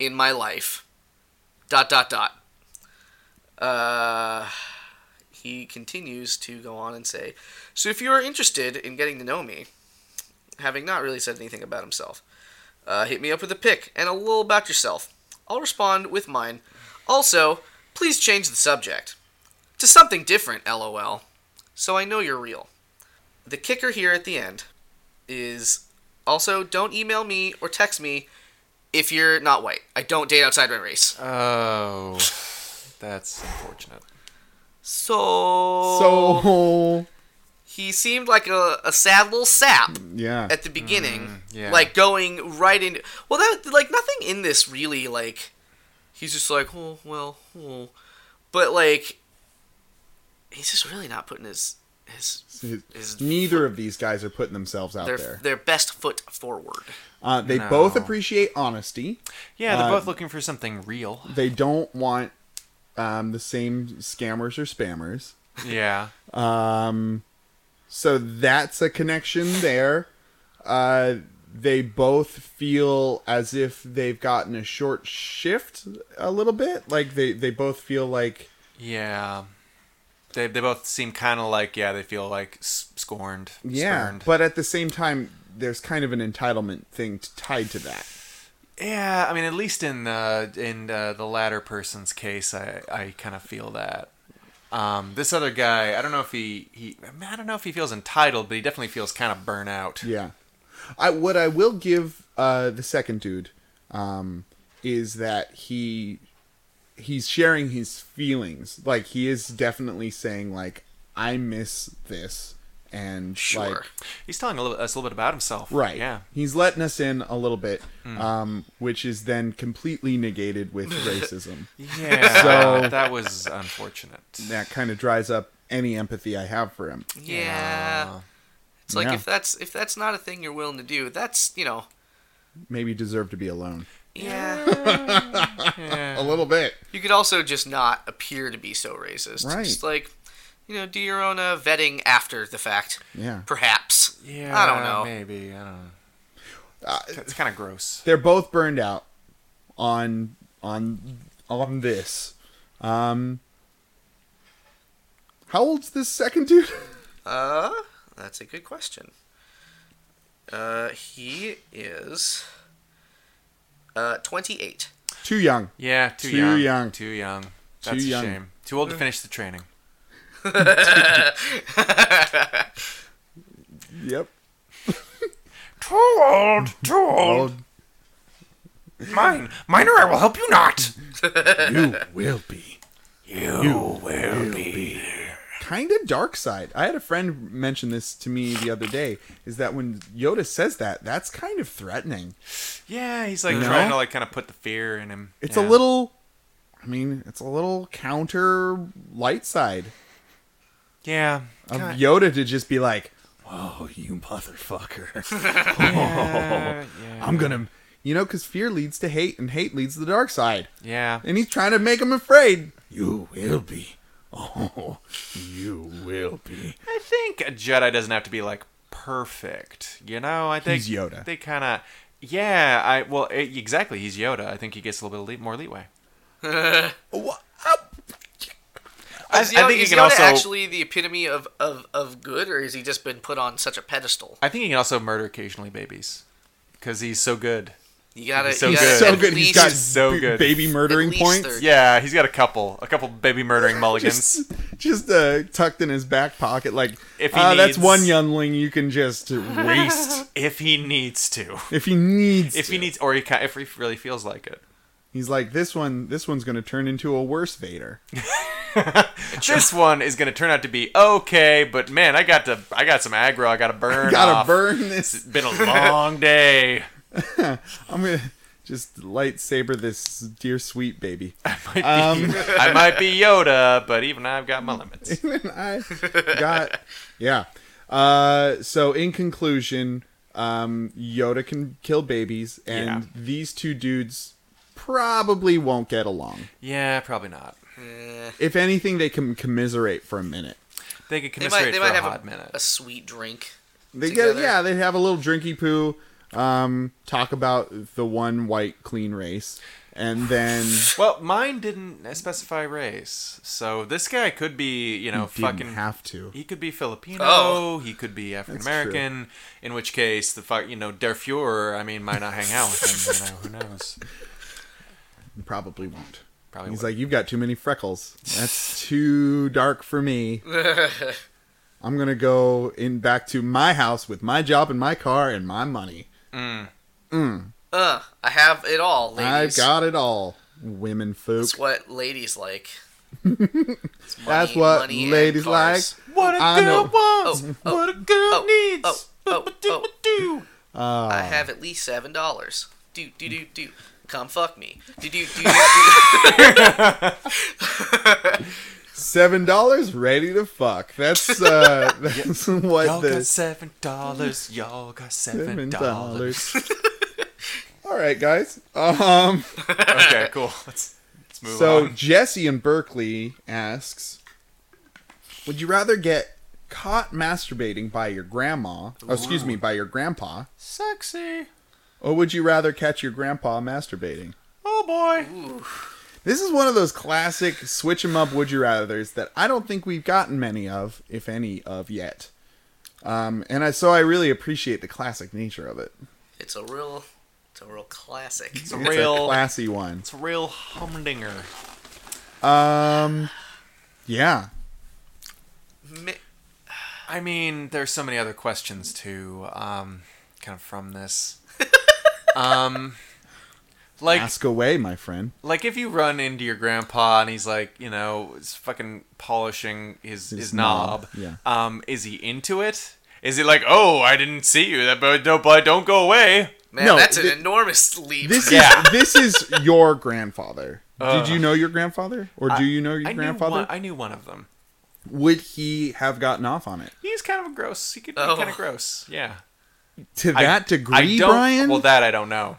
S2: in my life. Dot dot dot. Uh he continues to go on and say, So if you are interested in getting to know me, having not really said anything about himself, Uh, hit me up with a pic and a little about yourself. I'll respond with mine. Also, please change the subject to something different, lol. So I know you're real. The kicker here at the end is also don't email me or text me if you're not white. I don't date outside my race.
S1: Oh, that's unfortunate.
S2: So, Oh.
S3: So
S2: he seemed like a, a sad little sap
S3: yeah,
S2: at the beginning,
S1: yeah.
S2: like going right into. Well, that like nothing in this really like. He's just like, oh well, oh. but like, he's just really not putting his his is-
S3: neither of these guys are putting themselves out
S2: their
S3: there.
S2: their best foot forward.
S3: Uh, they
S1: No.
S3: both appreciate honesty.
S1: Yeah, they're
S3: Uh,
S1: both looking for something real.
S3: They don't want um, the same scammers or spammers. Um,
S1: Yeah.
S3: So that's a connection there. Uh, they both feel as if they've gotten a short shift a little bit. Like they, they both feel like
S1: Yeah. They, they both seem kind of like, yeah, they feel like s- scorned.
S3: yeah,
S1: spurned.
S3: but at the same time, there's kind of an entitlement thing t- tied to that.
S1: Yeah, I mean, at least in uh, in uh, the latter person's case, I, I kind of feel that. Um, this other guy, I don't know if he, he I, mean, I don't know if he feels entitled, but he definitely feels kind of burnt out.
S3: Yeah. I what I will give uh, the second dude um, is that he he's sharing his feelings. Like he is definitely saying like I miss this and
S2: Sure.
S3: like
S1: He's telling a little, us a little bit about himself.
S3: right.
S1: Yeah. Hmm.
S3: He's letting us in a little bit um, which is then completely negated with racism.
S1: Yeah.
S3: So-
S1: that was unfortunate.
S3: That kind of dries up any empathy I have for him.
S2: yeah.
S1: Uh,
S2: It's like
S3: Yeah.
S2: if that's if that's not a thing you're willing to do, that's you know,
S3: Maybe deserve to be alone.
S2: yeah.
S1: yeah.
S3: A little bit.
S2: you could also just not appear to be so racist.
S3: Right.
S2: Just like, you know, do your own uh, vetting after the fact,
S3: Yeah.
S2: perhaps.
S1: Yeah,
S2: I don't know.
S1: Maybe I don't know.
S3: Uh,
S1: It's kind of gross.
S3: they're both burned out on on on this. Um How old's this second dude?
S2: Uh, that's a good question. Uh, he is uh 28.
S3: Too young.
S1: Yeah, too,
S3: Too
S1: young.
S3: young.
S1: Too young. That's a
S3: young.
S1: shame. Too old to finish the training.
S3: Yep.
S1: Too old. Too
S3: Old.
S1: Mine. Mine or I will help you not.
S3: You will be.
S1: You, will be.
S3: Kind of dark side. I had a friend mention this to me the other day. Is that when Yoda says that, that's kind of threatening.
S1: Yeah, he's like
S3: No?
S1: trying to like kind of put the fear in him.
S3: It's
S1: Yeah.
S3: a little. I mean, it's a little counter light side
S1: Yeah.
S3: of
S1: God,
S3: Yoda to just be like, "Whoa, you motherfucker!
S1: yeah, yeah.
S3: I'm gonna." You know, because fear leads to hate, and hate leads to the dark side.
S1: Yeah.
S3: and he's trying to make him afraid. You will be. Oh, you will be.
S1: I think a Jedi doesn't have to be like perfect. You know, I think
S3: He's Yoda.
S1: They kind of. Yeah, I well e- exactly. He's Yoda. I think he gets a little bit of le- more leeway. I,
S2: Is, Yo-
S1: I think he
S2: is
S1: can
S2: Yoda
S1: also.
S2: actually the epitome of, of, of good, or has he just been put on such a pedestal?
S1: I think he can also murder occasionally babies because he's so good.
S2: You gotta,
S1: He's so
S2: you gotta
S1: good.
S2: at
S3: So good. He's
S2: least-
S3: got
S1: so
S3: b-
S1: good.
S3: baby murdering
S2: least
S3: points.
S2: thirty.
S1: Yeah, he's got a couple, a couple baby murdering mulligans.
S3: Just, just uh, tucked in his back pocket, like
S1: If he
S3: ah, that's
S1: needs-
S3: one youngling you can just waste
S1: if he needs to,
S3: if he needs.
S1: if he
S3: to.
S1: needs, or he ca if he really feels like it.
S3: he's like this one. This one's gonna turn into a worse Vader.
S1: This one is going to turn out to be okay, but man, I got to, I got some aggro. I got to burn.
S3: Gotta
S1: off.
S3: burn this.
S1: Been a long day.
S3: I'm gonna just lightsaber this dear sweet baby.
S1: Might
S3: Um,
S1: be- I might be Yoda, but even I've got my limits.
S3: and I got yeah. Uh, so in conclusion, um, Yoda can kill babies, and
S1: Yeah.
S3: these two dudes probably won't get along.
S1: Yeah, probably not.
S2: Eh.
S3: If anything, they can commiserate for a minute.
S1: They could
S2: they might,
S1: commiserate
S2: they might
S1: for a
S2: have
S1: hot
S2: a,
S1: minute.
S2: a sweet drink.
S3: They
S2: Together.
S3: get yeah, they have a little drinky poo. Um, talk about the one white clean race. and then
S1: Well, mine didn't specify race, so this guy could be, you know,
S3: didn't
S1: fucking.
S3: have to.
S1: He could be Filipino.
S2: Oh.
S1: He could be African American. In which case, the fuck, you know, Der Fuhrer. I mean, might not hang out with him. You know, who knows?
S3: Probably won't.
S1: Probably.
S3: He's
S1: would.
S3: like, you've got too many freckles. That's too dark for me. I'm gonna go in back to my house with my job and my car and my money.
S2: Uh, I have it all,
S3: I've
S2: ladies.
S3: got it all, women folk.
S2: That's what ladies like. It's money,
S3: That's what
S2: money and
S3: ladies like.
S2: cars.
S1: what a
S3: I
S1: girl
S3: know.
S1: wants.
S2: Oh, oh,
S1: what a girl
S2: oh,
S1: needs.
S2: oh, oh,
S1: Ba-ba-doo-ba-doo.
S3: Uh,
S2: I have at least seven dollars. Do do do do. Come fuck me. Do do do do. do.
S3: Seven dollars, ready to fuck. That's uh, that's
S1: Y'all
S3: what
S1: got
S3: this
S1: seven dollars. Y'all got seven
S3: seven
S1: dollars.
S3: dollars. All right, guys. Um,
S1: okay, cool. Let's, let's move
S3: so
S1: on.
S3: Jesse in Berkeley asks, "Would you rather get caught masturbating by your grandma? Oh, excuse me, by your grandpa,
S1: Sexy.
S3: or would you rather catch your grandpa masturbating?"
S1: Oh boy.
S2: Ooh,
S3: This is one of those classic switch 'em up would you rather's that I don't think we've gotten many of, if any of yet. Um, and I so I really appreciate the classic nature of it.
S2: it's a real, it's a real classic.
S1: It's a
S3: It's a
S1: real.
S3: classy one.
S1: it's a real humdinger.
S3: Um, yeah,
S2: Mi-
S1: I mean, there's so many other questions too, um, kind of from this. um, like,
S3: ask away, my friend.
S1: like if you run into your grandpa and he's like, you know, is fucking polishing his his, knob.
S3: knob,
S1: Um, is he into it? Is he like, oh, I didn't see you. That but don't but don't go away.
S2: Man,
S3: No,
S2: that's an
S3: thi-
S2: enormous leap.
S3: This
S1: Yeah.
S3: is this is your grandfather.
S1: Uh,
S3: Did you know your grandfather, or do you know your
S1: I Knew
S3: grandfather?
S1: one, I knew one of them.
S3: Would he have gotten off on it
S1: He's kind of gross. He could be
S2: Oh.
S1: kind of gross. Yeah.
S3: to
S1: I-
S3: that degree,
S1: I don't,
S3: Brian?
S1: Well, that I don't know.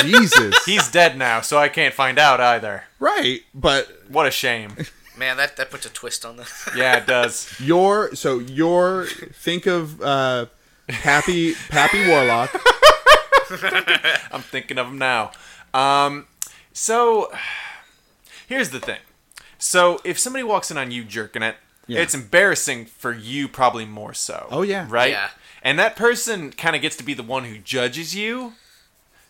S3: Jesus,
S1: He's dead now, so I can't find out either.
S3: right? But
S1: What a shame.
S2: Man, that that puts a twist on the.
S1: Yeah, it does.
S3: Your so your think of uh Pappy Pappy Warlock.
S1: I'm thinking of them now. Um, so here's the thing. So if somebody walks in on you jerking it,
S3: Yeah.
S1: it's embarrassing for you probably more so.
S3: Oh, yeah.
S1: Right?
S2: Yeah.
S1: And that person kind of gets to be the one who judges you.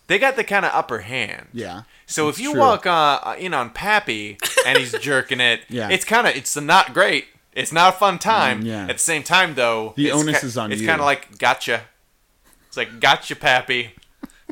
S1: They got the kind of upper hand.
S3: Yeah.
S1: So if
S3: It's
S1: you
S3: true.
S1: walk uh, in on Pappy and he's jerking it,
S3: Yeah.
S1: it's kind of it's not great. It's not a fun time.
S3: Mm, yeah.
S1: At the same time, though,
S3: The
S1: it's
S3: onus
S1: ki-
S3: is on
S1: It's
S3: you.
S1: kind of like gotcha. It's like gotcha, Pappy.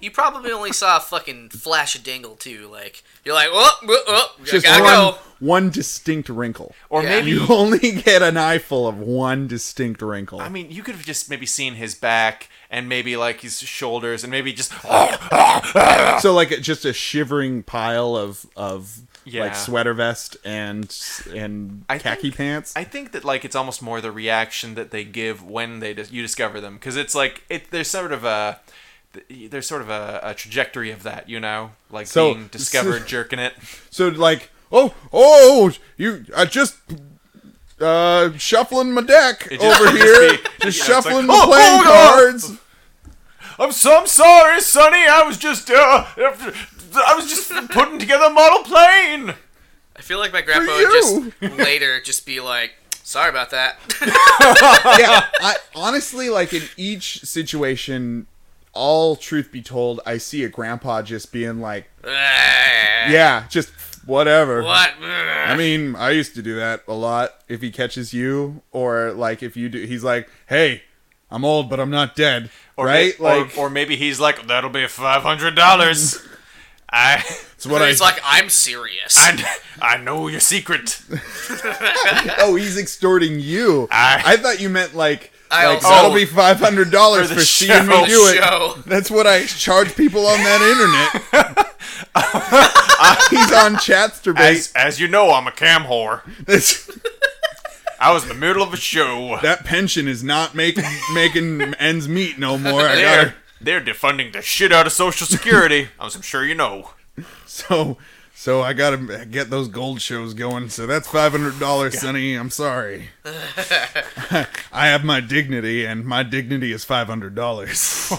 S2: You probably only saw a fucking flash of dangle too. Like you're like, oh, oh, oh
S3: Just
S2: gotta
S3: one,
S2: go.
S3: one distinct wrinkle.
S1: Or
S2: Yeah.
S1: maybe
S3: You only get an eyeful of one distinct wrinkle.
S1: I mean, you could have just maybe seen his back and maybe like his shoulders and maybe just
S3: so like it- just a shivering pile of of
S1: Yeah.
S3: like sweater vest and and
S1: I
S3: khaki
S1: think-
S3: pants.
S1: I think that like it's almost more the reaction that they give when they dis- you discover them because it's like it there's sort of a there's sort of a, a trajectory of that you know like
S3: So-
S1: being discovered jerking it
S3: so like oh oh you I just uh shuffling my deck
S1: It just-
S3: over
S1: just
S3: here.
S1: be- yeah,
S3: just
S1: it's
S3: shuffling
S1: like,
S3: my
S1: "Oh,
S3: playing
S1: hold on."
S3: cards.
S1: I'm so I'm sorry Sonny I was just uh I was just putting together a model plane
S2: I feel like my grandpa
S3: For
S2: would
S3: you.
S2: just later just be like, sorry about that.
S3: yeah, I honestly like in each situation. All truth be told, I see a grandpa just being like, "Yeah, just whatever."
S2: What?
S3: I mean, I used to do that a lot. If he catches you, or like if you do, he's like, "Hey, I'm old, but I'm not dead."
S1: or
S3: right?
S1: may- or-
S3: like,
S1: or maybe he's like that'll be five hundred dollars I
S3: it's what I.
S2: it's like I'm serious.
S1: I kn- I know your secret.
S3: oh, he's extorting you.
S1: I-
S3: thought you meant like,
S2: I
S3: like
S2: also-
S3: that'll be five hundred dollars
S1: For
S3: for,
S1: the
S3: seeing
S1: show.
S3: me do it.
S2: Show.
S3: That's what I charge people on that internet. He's on
S1: As,
S3: Chatsterbait.
S1: as you know, I'm a cam whore.
S3: That's-
S1: I was in the middle of a show.
S3: that pension is not making making ends meet no more. I gotta,
S1: They're, they're defunding the shit out of Social Security, as I'm sure you know.
S3: so so I gotta get those gold shows going. So that's five hundred dollars, Sonny. I'm sorry. I have my dignity, and my dignity is five hundred dollars.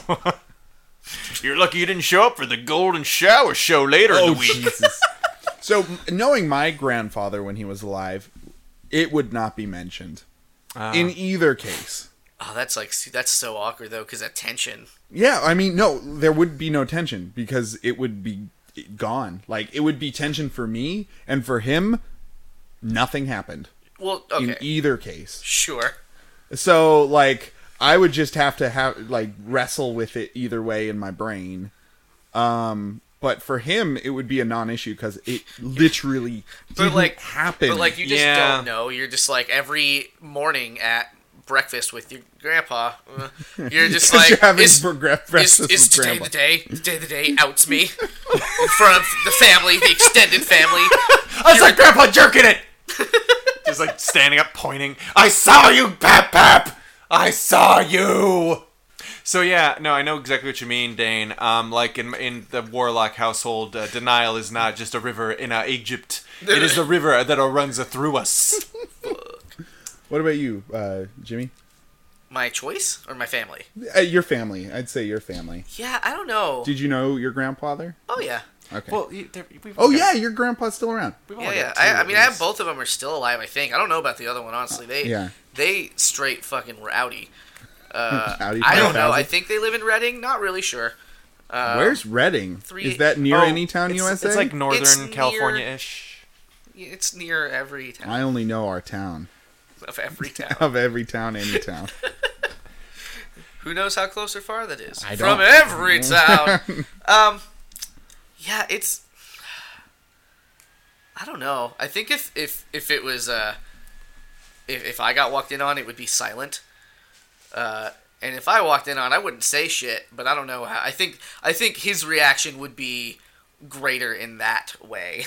S1: You're lucky you didn't show up for the Golden Shower show later
S3: Oh,
S1: in the week.
S3: Jesus. so knowing my grandfather when he was alive, it would not be mentioned in either case.
S2: Oh, that's like see, that's so awkward though, because that tension.
S3: Yeah, I mean, no, there would be no tension because it would be gone. Like it would be tension for me and for him. Nothing happened
S2: Well,
S3: in
S2: okay,
S3: either case.
S2: sure.
S3: So like I would just have to have like wrestle with it either way in my brain. Um but for him it would be a non-issue cuz it literally
S2: But
S3: didn't
S2: like,
S3: happen.
S2: but like you just
S1: Yeah.
S2: don't know. You're just like every morning at breakfast with your grandpa. uh, You're just like,
S3: you're having
S2: is,
S3: for gra-
S2: is,
S3: breakfast
S2: is
S3: with
S2: today
S3: grandpa.
S2: the day? Today the day outs me in front of the family, the extended family.
S1: I was like, Grandpa jerking it! Just like standing up, pointing. I saw you, Pap Pap! I saw you! So yeah, no, I know exactly what you mean, Dane. Um, like in in the Warlock household, uh, denial is not just a river in uh, Egypt. It is the river that runs through us.
S3: What about you, uh Jimmy?
S2: My choice or my family?
S3: Uh, your family. I'd say your family.
S2: Yeah, I don't know.
S3: Did you know your grandfather?
S2: oh yeah,
S3: Okay.
S1: Well, you- there- we've
S3: oh
S1: got-
S3: yeah, your grandpa's still around.
S1: we've
S2: yeah,
S1: only
S2: yeah.
S1: got two
S2: I, I
S1: at
S2: mean, I have
S1: least.
S2: both of them are still alive. I think. I don't know about the other one honestly. They
S3: Yeah.
S2: they straight fucking rowdy.
S3: Howdy,
S2: Uh, I don't
S3: 5000.
S2: know. I think they live in Reading. Not really sure.
S3: Where's Reading?
S2: three-
S3: Is that near
S1: Oh,
S3: any town
S1: it's,
S3: USA?
S1: It's like
S2: It's
S1: northern
S2: near-
S1: California ish.
S2: It's near every town
S3: I only know our town.
S2: of every town.
S3: Of every town, any town.
S2: Who knows how close or far that is?
S3: I
S2: From
S3: don't.
S2: every town. um, yeah, it's. I don't know. I think if if if it was uh, if if I got walked in on, it would be silent. Uh, and if I walked in on, I wouldn't say shit. But I don't know. How, I think I think his reaction would be greater in that way.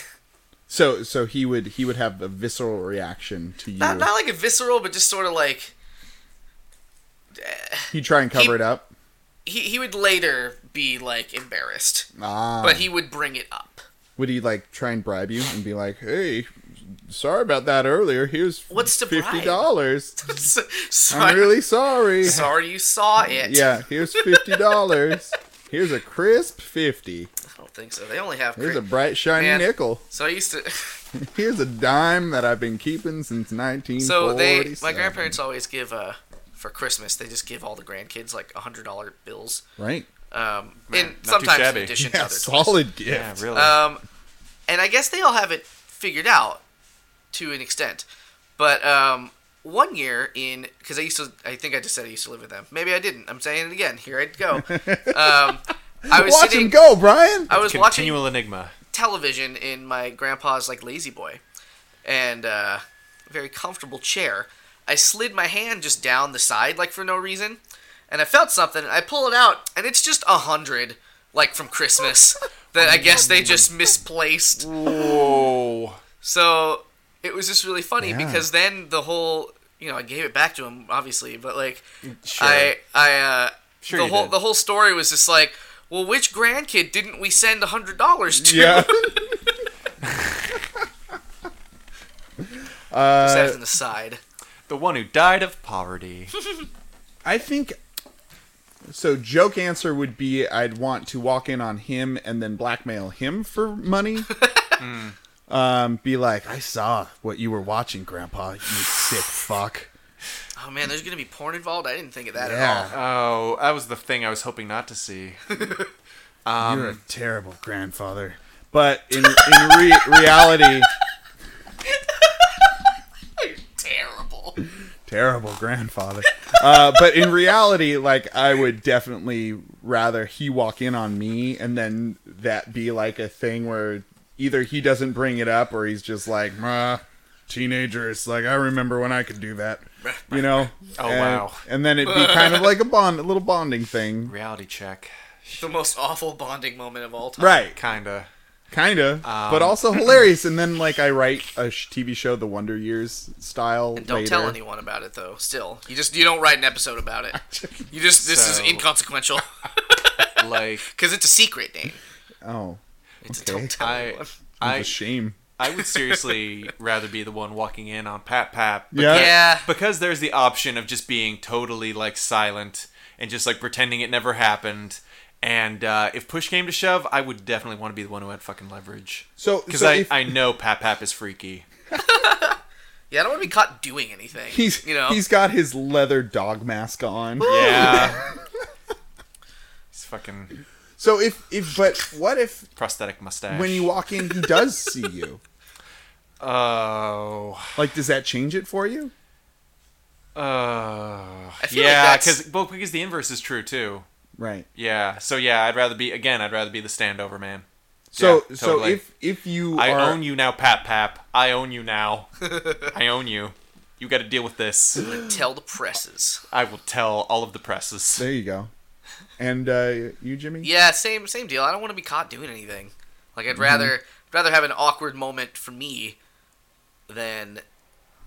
S3: So so he would he would have a visceral reaction to you.
S2: Not not like a visceral, but just sort of like
S3: He'd try and cover
S2: he-
S3: it up.
S2: he he would later be like embarrassed,
S3: Ah,
S2: but he would bring it up.
S3: would he like try and bribe you and be like, "Hey, sorry about that earlier. Here's
S2: What's to bribe?
S3: fifty dollars.
S2: so, so
S3: I'm really sorry.
S2: sorry you saw it.
S3: Yeah, here's fifty dollars. here's a crisp fifty.
S2: I don't think so. They only have.
S3: Here's
S2: Cri-
S3: a bright shiny
S2: Man.
S3: nickel.
S2: so I used to.
S3: Here's a dime that I've been keeping since nineteen
S2: So
S3: forty.
S2: they, my grandparents always give uh for Christmas. They just give all the grandkids like a hundred dollar bills,
S3: right?
S2: um, and
S1: not too
S2: sometimes in
S1: shabby.
S2: addition to
S3: Yeah,
S2: other toys.
S3: solid gift.
S1: Yeah, really.
S2: Um, and I guess they all have it figured out to an extent. But um, one year in, because I used to, I think I just said I used to live with them. Maybe I didn't. I'm saying it again. Here I go. Um, I was
S3: Watch
S2: sitting.
S3: him go, Brian.
S2: I was watching
S1: Continual enigma.
S2: television in my grandpa's like lazy boy and uh, very comfortable chair i slid my hand just down the side like for no reason and i felt something and i pull it out and it's just a hundred like from christmas that i guess they just misplaced
S1: Whoa.
S2: so it was just really funny
S3: Yeah.
S2: because then the whole you know i gave it back to him obviously but like
S1: Sure.
S2: i i uh
S1: Sure
S2: the
S1: you
S2: whole
S1: did.
S2: the whole story was just like well which grandkid didn't we send a hundred dollars to
S3: Yeah.
S2: Just as an aside
S1: The one who died of poverty.
S3: I think so. Joke answer would be I'd want to walk in on him and then blackmail him for money. um, be like, I saw what you were watching, Grandpa. You sick fuck.
S2: Oh man, there's gonna be porn involved. I didn't think of that at all.
S3: Yeah,
S1: Oh, that was the thing I was hoping not to see.
S3: you're a terrible grandfather. But in in re- reality,
S2: Terrible.
S3: terrible grandfather. Uh, but in reality, like I would definitely rather he walk in on me and then that be like a thing where either he doesn't bring it up or he's just like, "Mah, teenagers. Like I remember when I could do that." You know?
S1: Oh,
S3: and,
S1: wow.
S3: And then it'd be kind of like a bond, a little bonding thing.
S1: Reality check.
S2: The most awful bonding moment of all time.
S3: Right,
S1: Kinda.
S3: kinda,
S1: Um.
S3: but also hilarious. And then, like, I write a sh- TV show, The Wonder Years style.
S2: And don't
S3: later.
S2: tell anyone about it though. Still, you just you don't write an episode about it. You just this
S1: So-
S2: is inconsequential
S1: Like
S2: because it's a secret name.
S3: Oh,
S2: It's
S3: Okay.
S2: a don't tell
S1: I
S2: anyone.
S3: it's
S1: I
S3: a shame.
S1: I would seriously rather be the one walking in on Pat Pap. but-
S3: Yeah.
S2: Yeah.
S1: Because there's the option of just being totally like silent and just like pretending it never happened And uh, if push came to shove, I would definitely want to be the one who had fucking leverage.
S3: So-
S1: because
S3: so
S1: I,
S3: if-
S1: I know Pap Pap is freaky.
S2: Yeah, I don't want to be caught doing anything.
S3: He's
S2: you know,
S3: he's got his leather dog mask on.
S1: Yeah. He's fucking
S3: So if if but what if
S1: prosthetic mustache.
S3: when you walk in he does see you?
S1: Oh.
S3: Like does that change it for you?
S1: Uh,
S2: I feel like
S1: yeah,
S2: that's-
S1: because well, because the inverse is true too.
S3: Right.
S1: Yeah. So yeah, I'd rather be again. I'd rather be the standover man.
S3: So
S1: Yeah,
S3: so
S1: totally.
S3: if if you
S1: I
S3: are
S1: own you now, Pap Pap. I own you now. I own you. You got to deal with this.
S2: tell the presses.
S1: I will tell all of the presses.
S3: there you go. And uh, you Jimmy?
S2: Yeah, same same deal. I don't want to be caught doing anything. Like I'd rather
S1: Mm-hmm.
S2: I'd rather have an awkward moment for me than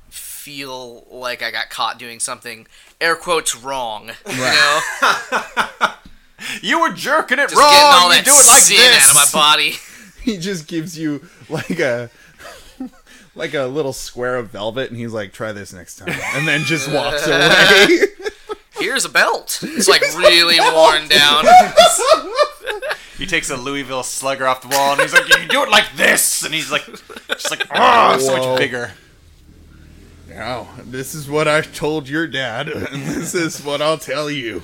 S2: feel like I got caught doing something air quotes wrong. You know,
S1: You were jerking it
S2: just
S1: wrong.
S2: getting all
S1: you
S2: that
S1: do it like
S2: sin
S1: this.
S2: out of my body.
S3: He just gives you like a like a little square of velvet and he's like try this next time and then just walks away.
S2: Here's a belt. It's like really worn down.
S1: He takes a Louisville slugger off the wall and he's like, "You do it like this," and he's like, "Just like, ah, so
S3: Whoa.
S1: much bigger."
S3: Now, this is what I told your dad and this is what I'll tell you.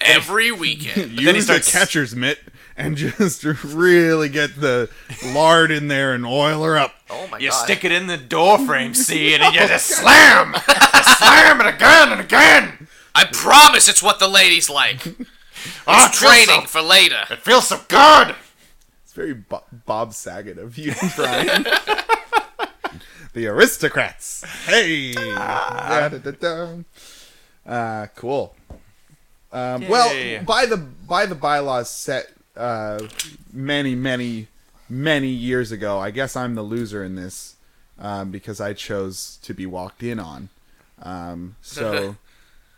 S2: Every weekend,
S1: then he
S3: Use
S1: starts-
S3: a catcher's mitt and just really get the lard in there and oil her up.
S2: oh my
S1: You
S2: god!
S1: stick it in the door frame, see, and you just slam, slam it again and again.
S2: I promise it's what the ladies like.
S1: Ah, it
S2: It's
S1: feels so-
S2: training for later.
S1: it feels so good.
S3: It's very Bo- Bob Saget of you, Brian. the aristocrats. Hey. Da-da-da-da. Uh, cool. Um,
S1: Yay.
S3: well, by the by, the bylaws set uh, many, many, many years ago. I guess I'm the loser in this um, because I chose to be walked in on. Um, so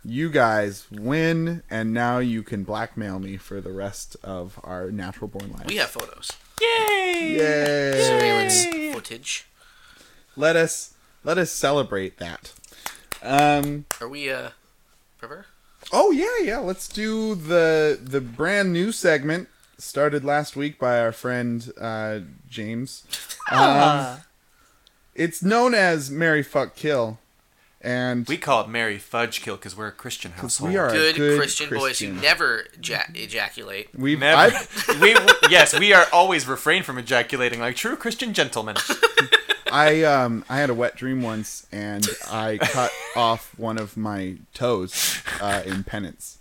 S3: you guys win, and now you can blackmail me for the rest of our natural born life.
S2: We have photos,
S1: Yay!
S3: Yay.
S2: surveillance footage.
S3: Let us let us celebrate that. Um
S2: Are we uh, River?
S3: oh yeah, yeah, let's do the the brand new segment started last week by our friend uh James. Um, it's known as Mary Fuck Kill and
S1: We call it Mary Fudge Kill because we're a Christian household.
S3: we are a
S2: good,
S3: good
S2: Christian, boys who
S3: Christian.
S2: never ja- ejaculate.
S3: we've
S1: Never.
S3: I've,
S1: we yes, we are always refrained from ejaculating like true Christian gentlemen.
S3: I um I had a wet dream once and I cut off one of my toes uh, in penance.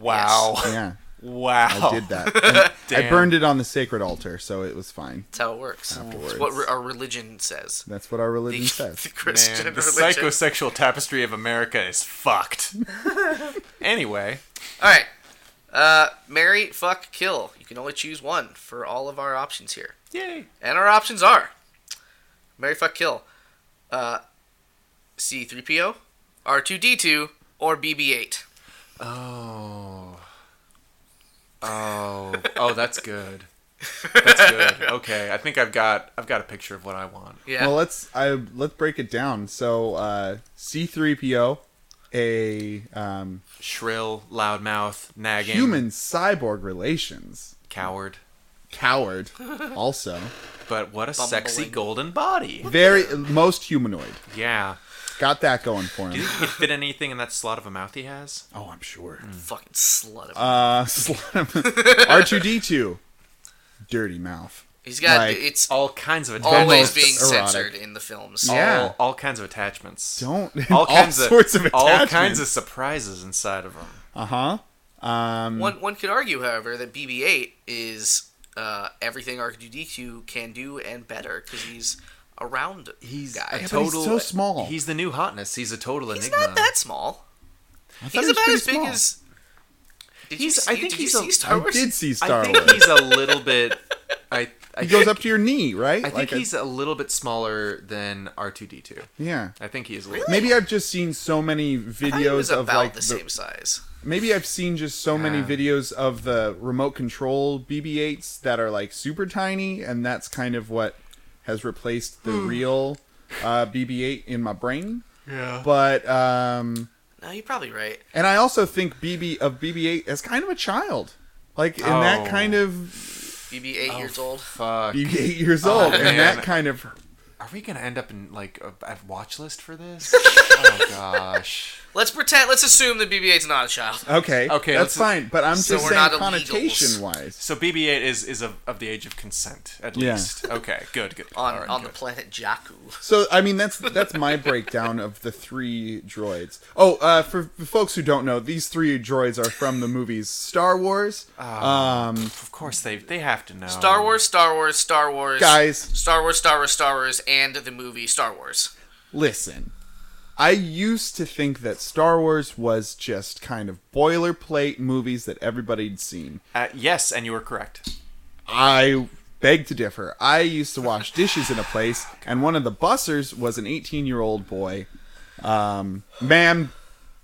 S1: Wow.
S3: Yeah.
S1: Wow.
S3: I did that. And I
S1: Oh. Damn.
S3: burned it on the sacred altar, so it was fine.
S2: That's how it works. It's what re- our religion says.
S3: That's what our
S2: The,
S3: religion
S2: the
S3: says.
S2: Christian
S1: Man, the
S2: religion.
S1: psychosexual tapestry of America is fucked. anyway,
S2: all right. Uh, marry, fuck, kill. You can only choose one for all of our options here.
S1: yay.
S2: And our options are marry, fuck, kill, uh, C3PO, R2D2, or BB8.
S1: Oh. Oh. Oh, that's good. That's good. Okay, I think I've got I've got a picture of what I want.
S2: Yeah.
S3: Well, let's I let's break it down. So uh, C3PO, a um,
S1: Shrill, loudmouth, nagging,
S3: human cyborg relations
S1: coward.
S3: coward, also
S1: But what a sexy
S2: Bumbling.
S1: golden body.
S3: very most humanoid.
S1: Yeah.
S3: Got that going for
S1: Do you
S3: him.
S1: think it fit anything in that slot of a mouth he has?
S3: Oh, I'm sure.
S2: Fucking slut of
S3: Uh, R2D2, dirty mouth.
S2: He's got.
S3: like,
S2: it's
S1: All kinds of attachments.
S2: always
S3: almost
S2: being
S3: erotic.
S2: censored in the films.
S1: all,
S3: Yeah.
S1: all kinds of attachments.
S3: Don't
S1: all, kinds
S3: sorts of,
S1: of all
S3: attachments.
S1: kinds of surprises inside of him.
S3: uh huh. Um,
S2: One one could argue, however, that BB-8 is uh, everything R2D2 can do and better because he's a round guy.
S3: but he's so small.
S1: He's the new hotness. He's a total
S2: he's
S1: enigma.
S2: not that small.
S3: I
S2: He's
S3: thought he was
S2: about
S3: pretty
S2: as big
S3: small.
S2: as. Did
S1: He's-
S2: you see,
S1: I think
S2: did
S1: he's
S2: you
S1: a-
S2: see Star
S3: I
S2: Wars?
S3: did see
S1: I
S3: Star
S1: think
S3: Wars.
S1: he's a little bit. I, I
S3: He goes up to your knee, right?
S1: I think
S3: Like a-
S1: he's a little bit smaller than R two D two.
S3: yeah.
S1: I think he is. A little
S3: Maybe I've just seen so many
S2: I thought he was
S3: videos
S2: about
S3: of like
S2: the,
S3: the-
S2: same size.
S3: maybe I've seen just so many
S1: Yeah.
S3: videos of the remote control BB-8s that are like super tiny, and that's kind of what has replaced the real uh, BB-8 in my brain.
S1: Yeah.
S3: But um,
S2: No, you're probably right.
S3: and I also think BB of BB-8 as kind of a child. Like in
S1: Oh.
S3: that kind of
S2: You'd be eight years old.
S1: Fuck.
S3: you get eight years old, and
S1: man.
S3: that kind of
S1: Are we gonna end up in like a, a watch list for this? oh gosh.
S2: Let's pretend. Let's assume that BB-8's not a child.
S3: okay,
S1: Okay,
S3: okay,
S1: let's-
S3: that's fine. But I'm
S2: So
S3: just
S2: we're not
S3: saying
S2: illegals.
S3: connotation wise.
S1: So BB-8 is is of, of the age of consent at
S3: Yeah.
S1: least. Okay. Good. Good.
S2: On
S1: All right,
S2: on the
S1: good.
S2: planet Jakku.
S3: So I mean that's that's my breakdown of the three droids. Oh, uh, for, for folks who don't know, these three droids are from the movies Star Wars. um,
S1: Of course they they have to know.
S2: Star Wars, Star Wars, Star Wars.
S3: guys,
S2: Star Wars, Star Wars, Star Wars, and the movie Star Wars.
S3: Listen, I used to think that Star Wars was just kind of boilerplate movies that everybody'd seen.
S1: Uh, yes, and you were correct.
S3: I beg to differ. I used to wash dishes in a place, and one of the bussers was an 18 year old boy. Um, ma'am,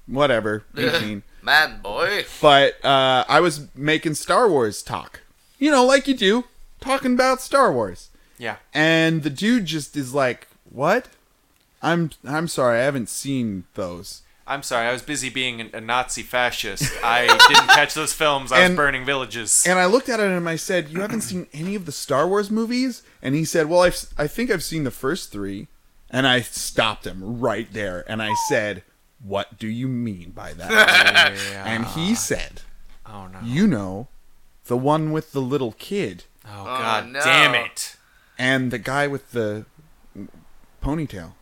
S3: whatever, 18.
S2: Man, boy.
S3: but uh, I was making Star Wars talk. You know, like you do, talking about Star Wars.
S1: Yeah.
S3: And the dude just is like, "What? I'm I'm sorry, I haven't seen those."
S1: I'm sorry. I was busy being a- a Nazi fascist. I didn't catch those films. I was
S3: And-
S1: burning villages.
S3: And I looked at it and I said, "You haven't seen any of the Star Wars movies?" And he said, "Well, I've, I think I've seen the first three. And I stopped him right there and I said, "What do you mean by that?"
S1: Yeah.
S3: and he said,
S1: oh no.
S3: "You know, the one with the little kid
S1: Oh god.
S2: no.
S1: Damn it.
S3: and the guy with the ponytail."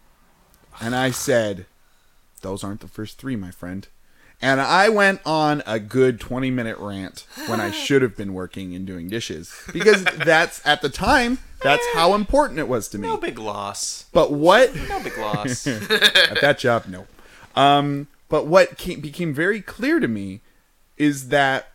S3: And I said, "Those aren't the first three, my friend." And I went on a good 20 minute rant when I should have been working and doing dishes because that's at the time, that's how important it was to me.
S1: No big loss.
S3: But what
S1: No big loss.
S3: at that job, no. Um, but what came, became very clear to me is that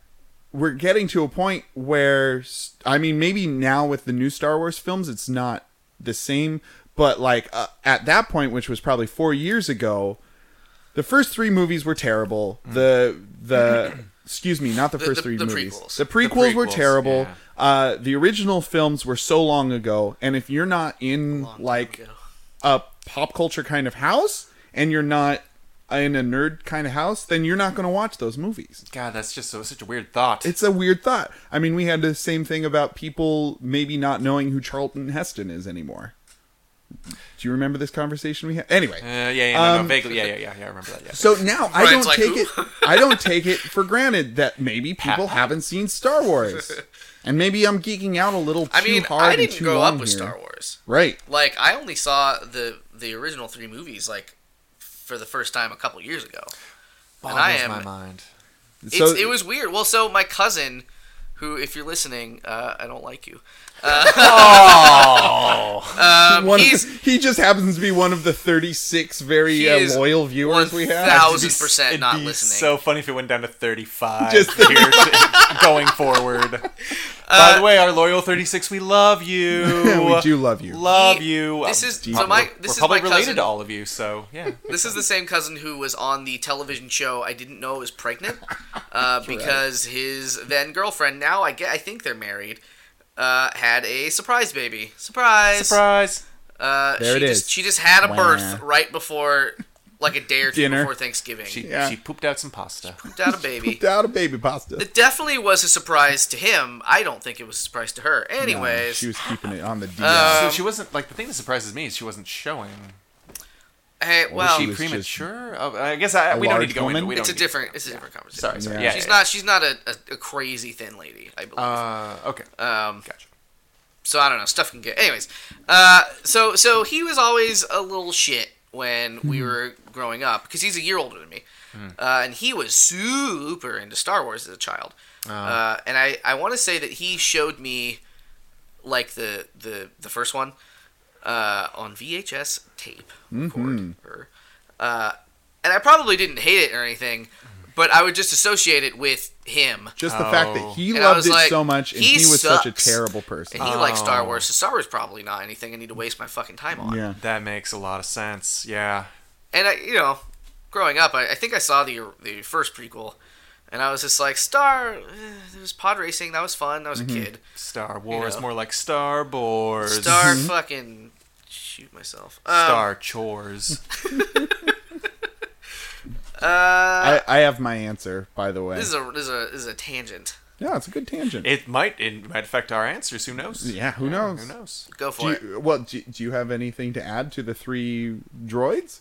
S3: we're getting to a point where s- I mean, maybe now with the new Star Wars films, it's not the same. But like uh, at that point, which was probably four years ago, the first three movies were terrible. The the excuse me, not the first
S2: the-
S3: three
S2: the
S3: movies.
S2: prequels.
S3: The prequels were
S1: prequels,
S3: terrible.
S1: yeah.
S3: Uh, the original films were so long ago, and if you're not in like
S2: ago.
S3: a pop culture kind of house, and you're not in a nerd kind of house, then you're not going to watch those movies.
S1: God, that's just so, such a weird thought.
S3: It's a weird thought. I mean, we had the same thing about people maybe not knowing who Charlton Heston is anymore. Do you remember this conversation we had? Anyway,
S1: uh, yeah, yeah, no, no,
S3: Um,
S1: vaguely, yeah, yeah, yeah, yeah, I remember that. Yeah.
S3: So now I
S2: Brian's
S3: don't
S2: like,
S3: take
S2: "Who?"
S3: it. I don't take it for granted that maybe people haven't seen Star Wars, and maybe I'm geeking out a little too
S2: I mean,
S3: hard
S2: I
S3: and
S2: didn't
S3: too
S2: grow
S3: long
S2: up with
S3: here.
S2: Star Wars.
S3: Right.
S2: Like, I only saw the the original three movies like for the first time a couple years ago.
S1: Boggles
S2: I am-
S1: my mind.
S3: So
S2: it's, it was weird. Well, so my cousin, who, if you're listening, uh, I don't like you.
S1: Oh.
S2: um,
S3: one of-
S2: he's-
S3: he just happens to be one of the 36
S2: He
S3: very uh,
S2: is
S3: loyal viewers we have.
S2: 1000 percent
S1: It'd
S2: not
S1: be
S2: listening.
S1: so funny if it went down to 35
S3: Just-
S1: here to- going forward.
S2: Uh,
S1: By the way, our loyal 36, we love you.
S3: we do love you.
S1: Love
S2: He-
S1: you.
S2: this
S1: Uh,
S2: is-
S1: we're-
S2: so my-
S1: we're
S2: this is
S1: probably
S2: my
S1: related
S2: cousin.
S1: to all of you, so yeah.
S2: This is the same cousin who was on the television show I didn't know was pregnant uh, because his then girlfriend, now I, get, I think they're married, uh, had a surprise baby. Surprise!
S1: Surprise.
S2: Uh,
S3: There
S2: she
S3: it
S2: just,
S3: is.
S2: She just had a
S3: Wah.
S2: birth right before, like a day or two
S3: Dinner.
S2: before Thanksgiving.
S1: She,
S2: She
S3: Yeah.
S1: she pooped out some pasta.
S2: had a baby.
S3: Out of baby pasta.
S2: It definitely was a surprise to him. I don't think it was a surprise to her.
S3: No,
S2: Anyways, uh,
S3: she was keeping it on the DL.
S1: so she wasn't, like, the thing that surprises me is she wasn't showing.
S2: hey, well,
S1: she
S3: was
S1: premature? Oh, I guess I, we don't need
S3: large
S1: to go into
S3: woman?
S1: we don't
S2: Um, it's a
S1: need-
S2: different, it's a different conversation.
S1: Sorry, sorry.
S3: Yeah.
S1: Yeah.
S2: she's
S1: yeah,
S2: not, she's not a, a, a crazy thin lady. I believe.
S1: yeah. Uh, okay.
S2: um,
S1: Gotcha.
S2: so I don't know. Stuff can get. Anyways, uh, so so he was always a little shit when we were growing up because he's a year older than me, uh, and he was super into Star Wars as a child. Uh, and I I want to say that he showed me like the the the first one uh, on VHS tape recorder. Uh, and I probably didn't hate it or anything, but I would just associate it with him.
S3: just the fact
S1: Oh.
S3: that he
S2: And I was
S3: loved it
S2: like,
S3: so much and
S2: "He
S3: he, was such a
S2: sucks."
S3: terrible person.
S2: And he likes Star
S1: Oh.
S2: Wars, so Star Wars probably not anything I need to waste my fucking time on.
S3: yeah.
S1: That makes a lot of sense. Yeah.
S2: And I, you know, growing up, I, I think I saw the the first prequel, and I was just like, Star, eh, there was pod racing, that was fun, I was
S3: Mm-hmm.
S2: a kid.
S1: Star Wars,
S2: know.
S1: more like Starboards.
S2: Star
S3: Mm-hmm.
S2: fucking shoot myself. Um,
S1: Star chores.
S2: Uh,
S3: I, I have my answer, by the way.
S2: Uh, this is a this is a this is a tangent.
S3: Yeah, it's a good tangent.
S1: It might it might affect our answers. Who knows?
S3: yeah, who knows?
S1: Who knows?
S2: Go for
S3: Do
S2: it.
S3: you, well, do, do you have anything to add to the three droids?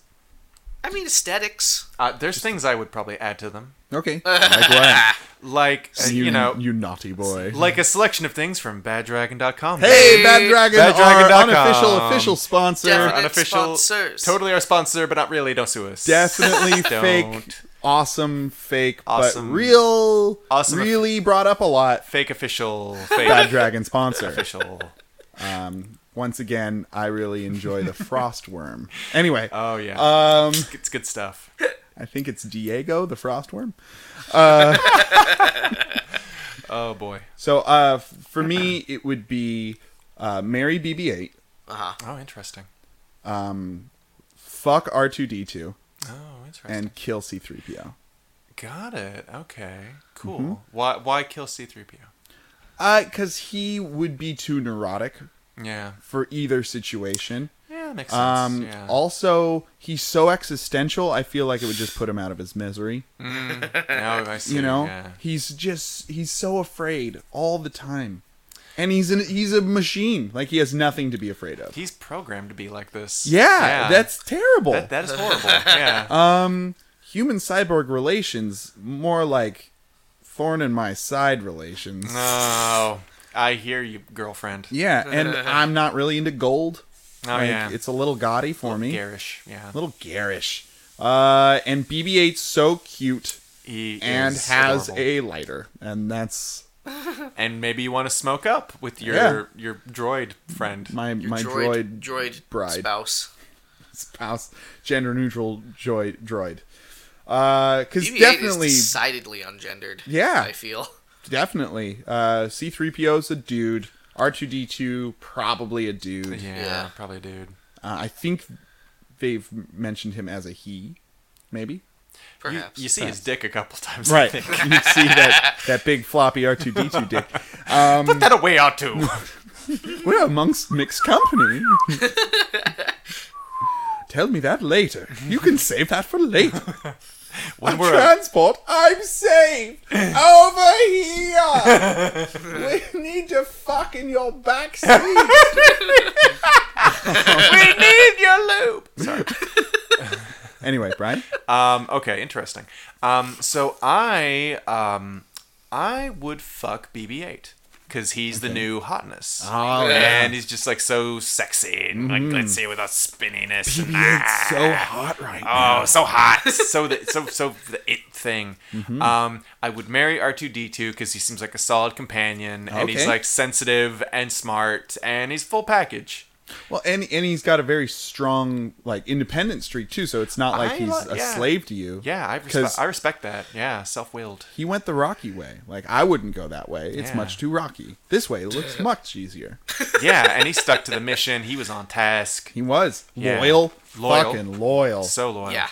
S2: I mean, aesthetics.
S1: Uh, there's things I would probably add to them,
S3: Okay. like what?
S1: like uh, you, know,
S3: you naughty boy.
S1: like a selection of things from BadDragon.com.
S3: hey, Bad Dragon,
S1: BadDragon.com.
S3: our unofficial official sponsor.
S2: Definite
S1: unofficial,
S2: sponsors.
S1: totally our sponsor, but not really. Don't sue us.
S3: Definitely
S1: Don't.
S3: fake, awesome fake,
S1: Awesome.
S3: but real,
S1: Awesome.
S3: really brought up a lot.
S1: Fake official. Fake
S3: Bad Dragon sponsor.
S1: official.
S3: Once again, I really enjoy the frost worm. Anyway,
S1: Oh yeah,
S3: um,
S1: it's good stuff.
S3: I think it's Diego the frost worm.
S1: Oh boy.
S3: So uh, f- for me, it would be uh, Mary BB-8,
S2: Uh huh.
S1: Oh, interesting.
S3: fuck R2D2,
S1: Oh, interesting.
S3: and kill C3PO.
S1: Got it. Okay. Cool.
S3: Mm-hmm.
S1: Why why kill C3PO?
S3: Uh, cause he would be too neurotic
S1: Yeah.
S3: for either situation.
S1: Yeah, that makes sense.
S3: Um,
S1: yeah.
S3: also he's so existential. I feel like it would just put him out of his misery.
S1: Now I see.
S3: You know,
S1: Yeah.
S3: he's just he's so afraid all the time, and he's an he's a machine. Like he has nothing to be afraid of.
S1: He's programmed to be like this.
S3: Yeah, that's terrible.
S1: that, that is horrible. Yeah.
S3: Um, human cyborg relations more like thorn in my side relations.
S1: no. I hear you, girlfriend.
S3: Yeah, and I'm not really into gold.
S1: Oh
S3: Like,
S1: yeah.
S3: it's a little gaudy for me.
S1: garish. Yeah.
S3: a little garish. Uh, and BB-8's so cute
S1: He
S3: and
S1: is
S3: has
S1: adorable.
S3: a lighter, and that's
S1: and maybe you want to smoke up with your
S3: Yeah.
S1: your droid friend.
S3: my
S2: Your
S3: my
S2: droid,
S3: droid,
S2: droid
S3: bride.
S2: spouse.
S3: spouse, gender neutral droid droid. Uh, because
S2: BB-8
S3: definitely,
S2: is decidedly ungendered.
S3: Yeah.
S2: I feel.
S3: definitely, uh, C-3PO's a dude. R2D2 probably a dude.
S1: yeah,
S2: Yeah.
S1: probably dude.
S3: Uh, I think they've mentioned him as a he, maybe.
S1: You,
S2: Perhaps.
S1: you see his dick a couple times, I
S3: Right. you
S1: think.
S3: see that that big floppy R2D2 dick. Um,
S1: Put that away, out too.
S3: We're amongst mixed company. Tell me that later. You can save that for later.
S1: when
S3: On
S1: we're
S3: transport, I'm saved. Over here. we need to fuck in your backseat.
S1: we need your lube. Sorry.
S3: anyway, Brian.
S1: Um, okay, interesting. Um, so I um, I would fuck BB-8 because he's the new hotness.
S3: Oh, Mm-hmm.
S1: and he's just like so sexy and like let's see with our spinniness. and, ah,
S3: so hot right
S1: Oh, so hot, so the so so the it thing.
S3: Mm-hmm.
S1: Um, I would marry R two D two because he seems like a solid companion, and he's
S3: Okay.
S1: like sensitive and smart, and he's full package.
S3: Well, and and he's got a very strong like independent streak too, so it's not like
S1: I
S3: he's
S1: like-
S3: a
S1: yeah.
S3: slave to you.
S1: Yeah, I
S3: 'Cause-
S1: respect. I respect that. Yeah, self willed.
S3: He went the rocky way. Like I wouldn't go that way. It's
S1: Yeah.
S3: much too rocky. This way looks much easier.
S1: Yeah, and he stuck to the mission. He was on task.
S3: He was
S1: Yeah.
S3: loyal,
S1: Loyal.
S3: fucking loyal.
S1: so loyal.
S2: yeah.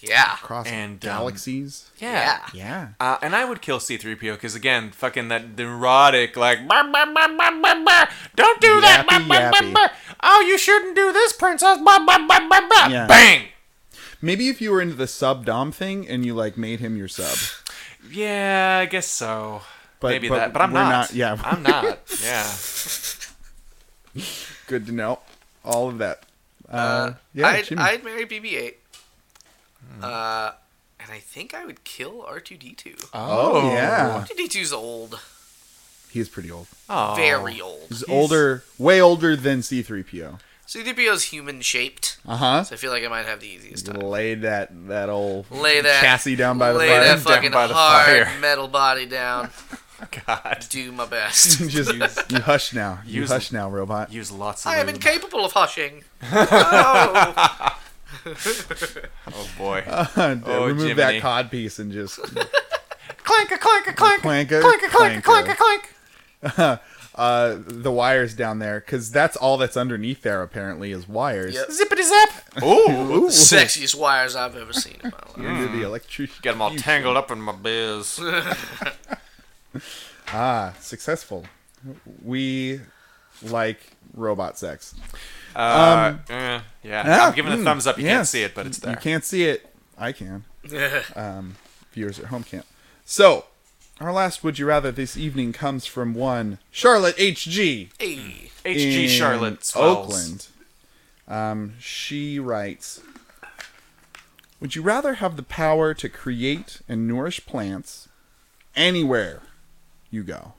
S2: Yeah.
S3: Across
S1: And, um,
S3: galaxies.
S1: Yeah.
S2: Yeah.
S3: yeah.
S1: Uh, and I would kill C3PO because, again, fucking that neurotic, like, "Bah, bah, bah, bah, bah, bah. don't do that. Bah,
S3: Yappy,
S1: bah, bah,
S3: yappy.
S1: bah. Oh, you shouldn't do this, princess. Bah, bah, bah, bah, bah."
S3: Yeah.
S1: Bang.
S3: Maybe if you were into the sub dom thing and you like made him your sub.
S1: Yeah, I guess so.
S3: But-
S1: Maybe
S3: but
S1: that, but I'm
S3: we're
S1: not.
S3: not- yeah.
S1: I'm not. Yeah.
S3: Good to know. All of that. Uh, yeah,
S2: I'd,
S3: Jimmy.
S2: I'd marry BB-8.
S1: Hmm.
S2: Uh, and I think I would kill R2D2.
S3: oh yeah,
S2: R2D2's old,
S3: he's pretty old.
S1: Oh.
S2: very old.
S3: He's, older, way older than C-3PO.
S2: C-3PO's human shaped,
S3: Uh huh.
S2: so I feel like I might have the easiest time.
S3: Laid that that old
S2: Lay that
S3: chassis down by the
S2: lay
S3: fire.
S2: that
S1: Down
S2: fucking
S1: by the
S2: hard
S1: fire.
S2: metal body down.
S1: God.
S2: Do my best.
S3: Just you hush now. You
S1: use-
S3: hush now, robot.
S1: Use lots of
S2: I am
S1: lube.
S2: incapable of hushing. Oh,
S1: Oh, boy.
S3: Uh,
S1: Oh,
S3: Remove
S1: Jiminy.
S3: that cod piece and just
S1: clank a clank a clank
S3: Clank
S1: a
S3: a-
S1: clank a clank a
S3: clank
S1: clank
S3: a-
S1: a clank.
S3: uh, the wires down there because that's all that's underneath there apparently is wires
S2: Yep.
S1: Zippity zap. Ooh.
S3: Ooh.
S2: sexiest wires I've ever seen in my life.
S3: into the electric.
S1: Get them all tangled up in my biz.
S3: Ah, successful. We like robot sex.
S1: Uh, eh, yeah,
S3: Ah,
S1: I'm giving a
S3: mm,
S1: thumbs up. You can't
S3: yes.
S1: see it, but it's there.
S3: Um, You can't see it. I can. Viewers at home can't. So Our last Would You Rather this evening comes from one Charlotte H.G.
S2: Hey.
S1: HG
S3: in
S1: Charlotte Swells.
S3: Oakland. Um, she writes Would you rather have the power to create and nourish plants anywhere you go?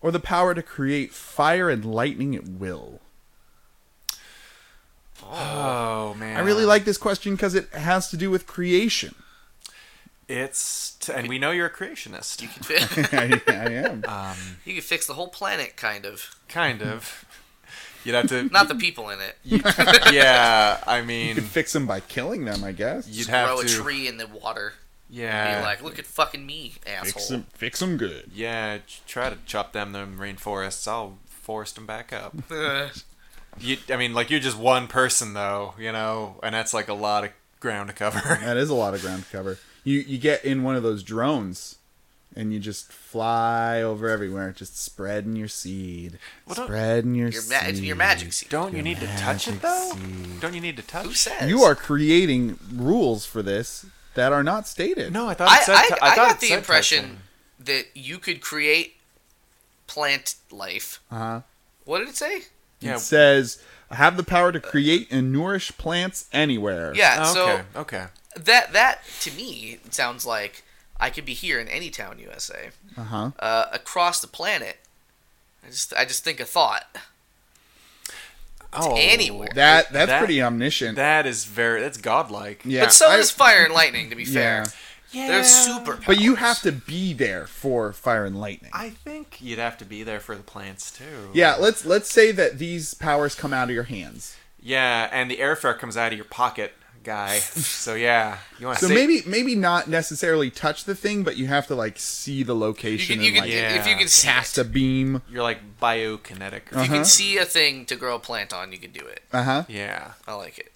S3: Or the power to create fire and lightning at will?
S1: Oh man,
S3: I really like this question because it has to do with creation.
S1: it's. T- and we know you're a creationist,
S3: I, I am.
S2: you could fix the whole planet, kind of.
S1: kind of. You'd have to.
S2: Not the people in it.
S1: yeah, I
S3: You could
S1: mean,
S3: fix them by killing them, I guess.
S1: you'd
S2: Just
S1: have
S2: grow
S1: to.
S2: a tree in the water. Be
S1: Yeah,
S2: like, look at fucking me,
S3: fix
S2: asshole.
S3: them, fix them good.
S1: yeah. ch- Try to chop down them rainforests. I'll forest them back up.
S2: Uh,
S1: You, I mean, like you're just one person though, you know, and that's like a lot of ground to cover.
S3: That is a lot of ground to cover. You you get in one of those drones, and you just fly over everywhere, just spreading your seed,
S1: Well, don't-
S3: spreading your
S2: your,
S3: seed.
S2: ma- it's your magic seed.
S1: Don't you need to touch it though? Don't you need to touch?
S2: Who says?
S3: You are creating rules for this that are not stated.
S1: No, I thought
S2: I,
S1: it said.
S2: I,
S1: t-
S2: I,
S1: thought
S2: got
S1: it
S2: the
S1: said
S2: impression
S1: touching.
S2: that you could create plant life.
S3: Uh-huh.
S2: What did it say?
S1: Yeah.
S3: It says have the power to create and nourish plants anywhere.
S2: Yeah,
S1: Oh,
S2: so
S1: okay. okay.
S2: that that to me sounds like I could be here in any town, USA,
S3: Uh huh.
S2: uh, across the planet. I just I just think a thought.
S1: Oh,
S2: anywhere.
S3: That that's
S1: That-
S3: pretty omniscient.
S1: That is very. That's godlike.
S3: yeah.
S2: but so
S3: I-
S2: is fire and lightning. To be fair,
S3: Yeah.
S1: Yeah.
S2: they're super.
S3: But you have to be there for fire and lightning.
S1: I think you'd have to be there for the plants too.
S3: Yeah, let's let's say that these powers come out of your hands.
S1: Yeah, and the airfare comes out of your pocket, guy. so yeah, you want to
S3: So maybe maybe not necessarily touch the thing, but you have to like see the
S2: You
S3: location
S2: can, you
S3: and
S2: can
S3: like
S1: Yeah.
S2: if you can see
S3: cast
S2: it,
S3: a beam.
S1: you're like biokinetic.
S3: Uh-huh.
S2: if you can see a thing to grow a plant on, you can do it.
S3: Uh huh.
S1: Yeah.
S2: I like it.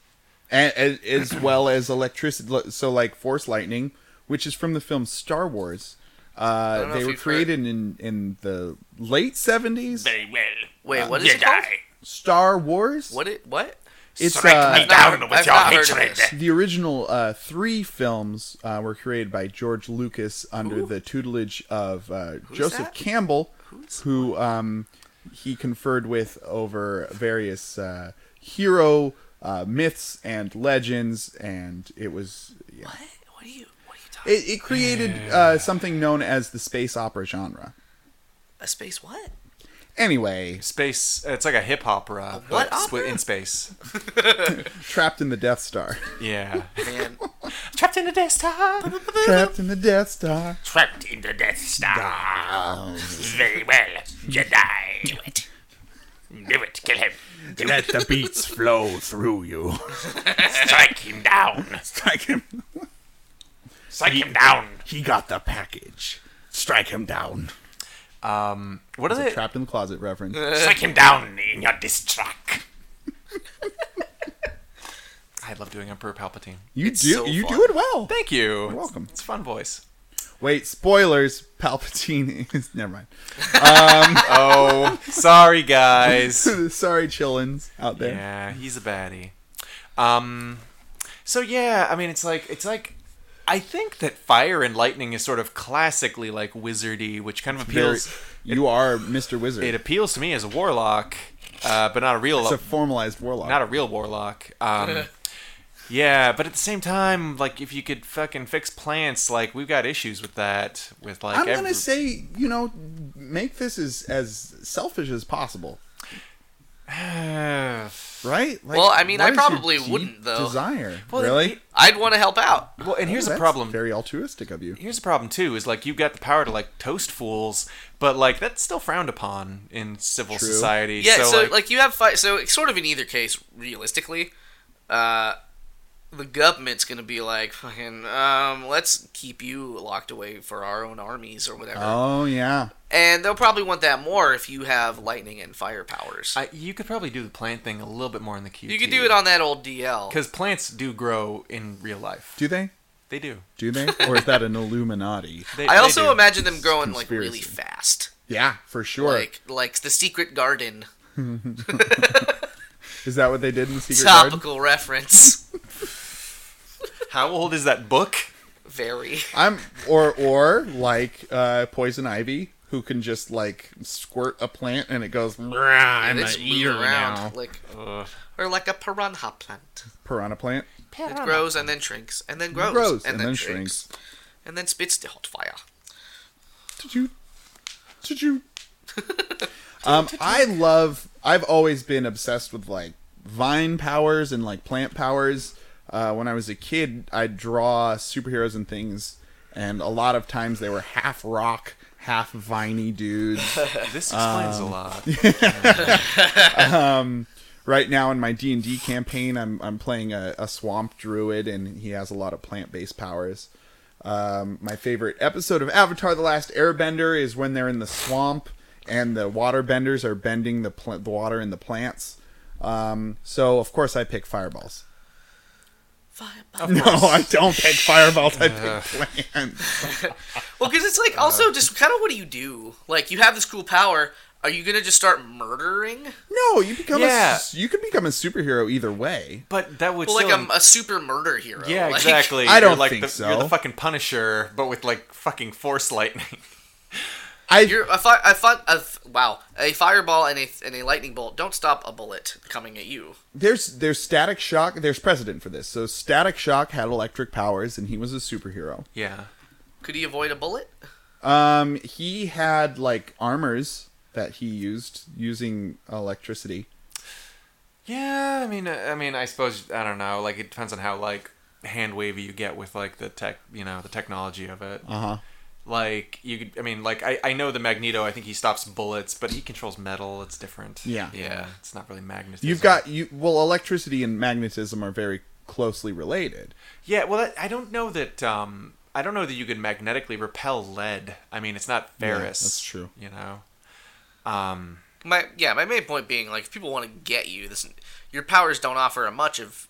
S3: And, and as well as electricity. So like force lightning, which is from the film Star Wars.
S2: don't know
S3: Uh, they
S2: if
S3: were
S2: you've
S3: created in in the late seventies.
S4: Very well.
S2: Wait, what is
S4: you
S2: it called?
S4: die.
S3: Star Wars.
S2: What it what?
S3: It's
S4: Strike
S3: uh,
S4: me down with
S2: I've
S4: your
S2: not heard of
S4: hatred.
S2: this.
S3: the original uh, three films uh, were created by George Lucas under the tutelage of uh, Joseph
S2: that?
S3: Campbell, who um, he conferred with over various uh, hero uh, myths and legends, and it was yeah.
S2: What? What are you? What are you talking?
S3: it, it created uh, something known as the space opera genre.
S2: a space what?
S3: Anyway,
S1: Space. It's like a hip opera.
S2: what
S1: but split
S2: opera?
S1: in space.
S3: trapped in the Death Star.
S1: Yeah.
S2: Man,
S1: Trapped in a desktop.
S3: trapped in the Death Star.
S4: Trapped in the Death Star. Very well. You die. Do it. Do it. Kill him.
S5: Let the beats flow through you.
S4: Strike him down.
S5: Strike him.
S4: Strike him down.
S5: He got the package. Strike him down.
S1: Um. What are
S3: It's a
S1: they?
S3: trapped in the closet reference.
S4: Strike him down in your diss track.
S1: I love doing Emperor Palpatine.
S3: You
S2: It's
S3: do
S2: so
S3: you
S2: fun.
S3: do it well.
S1: Thank you. You're
S3: welcome.
S1: It's, a fun voice.
S3: Wait, spoilers. Palpatine is never mind.
S1: Oh, sorry guys.
S3: Sorry, chillins out there.
S1: Yeah, he's a baddie. Um, so yeah, I mean, it's like it's like I think that fire and lightning is sort of classically like wizardy, which kind of
S3: There-
S1: appeals.
S3: you are Mr. Wizard.
S1: It appeals to me as a warlock, uh, but not a real,
S3: it's a formalized warlock.
S1: not a real warlock. Um, yeah, but at the same time, like if you could fucking fix plants, like we've got issues with that. With like
S3: I'm gonna
S1: every-
S3: say, you know, make this as as selfish as possible, right? Like,
S2: Well, I mean,
S3: what
S2: I
S3: is your
S2: probably
S3: deep
S2: wouldn't, though.
S3: Desire,
S1: Well,
S3: really?
S1: it-
S2: I'd want to help out.
S1: well, and here's
S3: That's
S1: a problem.
S3: Very altruistic of you.
S1: here's the problem too is like you've got the power to like toast fools but like that's still frowned upon in civil
S3: True.
S1: society
S2: Yeah, so,
S1: so,
S2: like, you have fight. So it's sort of in either case, realistically, uh, the government's gonna be like, fucking, um, let's keep you locked away for our own armies or whatever,
S3: Oh yeah,
S2: and they'll probably want that more if you have lightning and fire powers.
S1: I, you could probably do the plant thing a little bit more in the QT.
S2: you could do it on that old DL.
S1: because plants do grow in real life
S3: do they?
S1: they do
S3: Do they? Or is that an Illuminati?
S1: They-
S2: I
S1: they
S2: also
S1: do.
S2: imagine them growing like
S3: conspiracy.
S2: really fast,
S3: Yeah, for sure.
S2: like like the Secret Garden.
S3: is that what they did in Secret Garden?
S2: Topical reference.
S1: how old is that book
S2: very.
S3: I'm or or like uh, poison ivy, who can just like squirt a plant and it goes "Rah," in
S2: They
S3: my
S2: just move
S3: ear
S2: around
S3: now.
S2: like, or like a piranha plant.
S3: Piranha plant
S2: It grows and then shrinks, and then grows,
S3: grows
S2: and, then, shrinks, and then spits the hot fire.
S3: Did you? Did you? um, I love. I've always been obsessed with like vine powers and like plant powers. Uh, when I was a kid, I'd draw superheroes and things, and a lot of times they were half rock, half viney dudes.
S1: This explains
S3: Um,
S1: a lot.
S3: right now in my D and D campaign, I'm I'm playing a, a swamp druid, and he has a lot of plant based powers. Um, my favorite episode of Avatar: The Last Airbender is when they're in the swamp and the water benders are bending the pl- the water in the plants. Um, so of course I pick fireballs.
S2: Fireball.
S3: No, I don't pick fireballs. I pick plants.
S2: Well, because it's like also just kind of what do you do? Like you have this cool power. Are you gonna just start murdering?
S3: No, you become a,
S1: Yeah.
S3: s- you can become a superhero either way.
S1: But that would
S2: Well,
S1: still
S2: like I'm a super murder hero.
S1: Yeah,
S2: like,
S1: exactly.
S3: I don't
S1: you're like
S3: think
S1: the,
S3: so.
S1: You're the fucking Punisher, but with like fucking force lightning.
S3: I
S2: You're a fi- a fi- a f- wow, a fireball and a and a lightning bolt don't stop a bullet coming at you.
S3: there's there's Static Shock. There's precedent for this. So Static Shock had electric powers, and he was a superhero.
S1: yeah.
S2: Could he avoid a bullet?
S3: Um, he had like armors that he used using electricity.
S1: Yeah, I mean, uh, I mean, I suppose I don't know. Like, it depends on how like hand wavy you get with like the tech, you know, the technology of it.
S3: Uh huh.
S1: Like, you could, I mean, like I, I know the Magneto. I think he stops bullets, but he controls metal. It's different.
S3: Yeah.
S1: yeah, it's not really magnetism.
S3: You've got you. Well, electricity and magnetism are very closely related.
S1: yeah. Well, that, I don't know that. um I don't know that you could magnetically repel lead. I mean, it's not ferrous.
S3: that's true.
S1: You know. Um.
S2: My yeah, my main point being like if people want to get you, this your powers don't offer a much of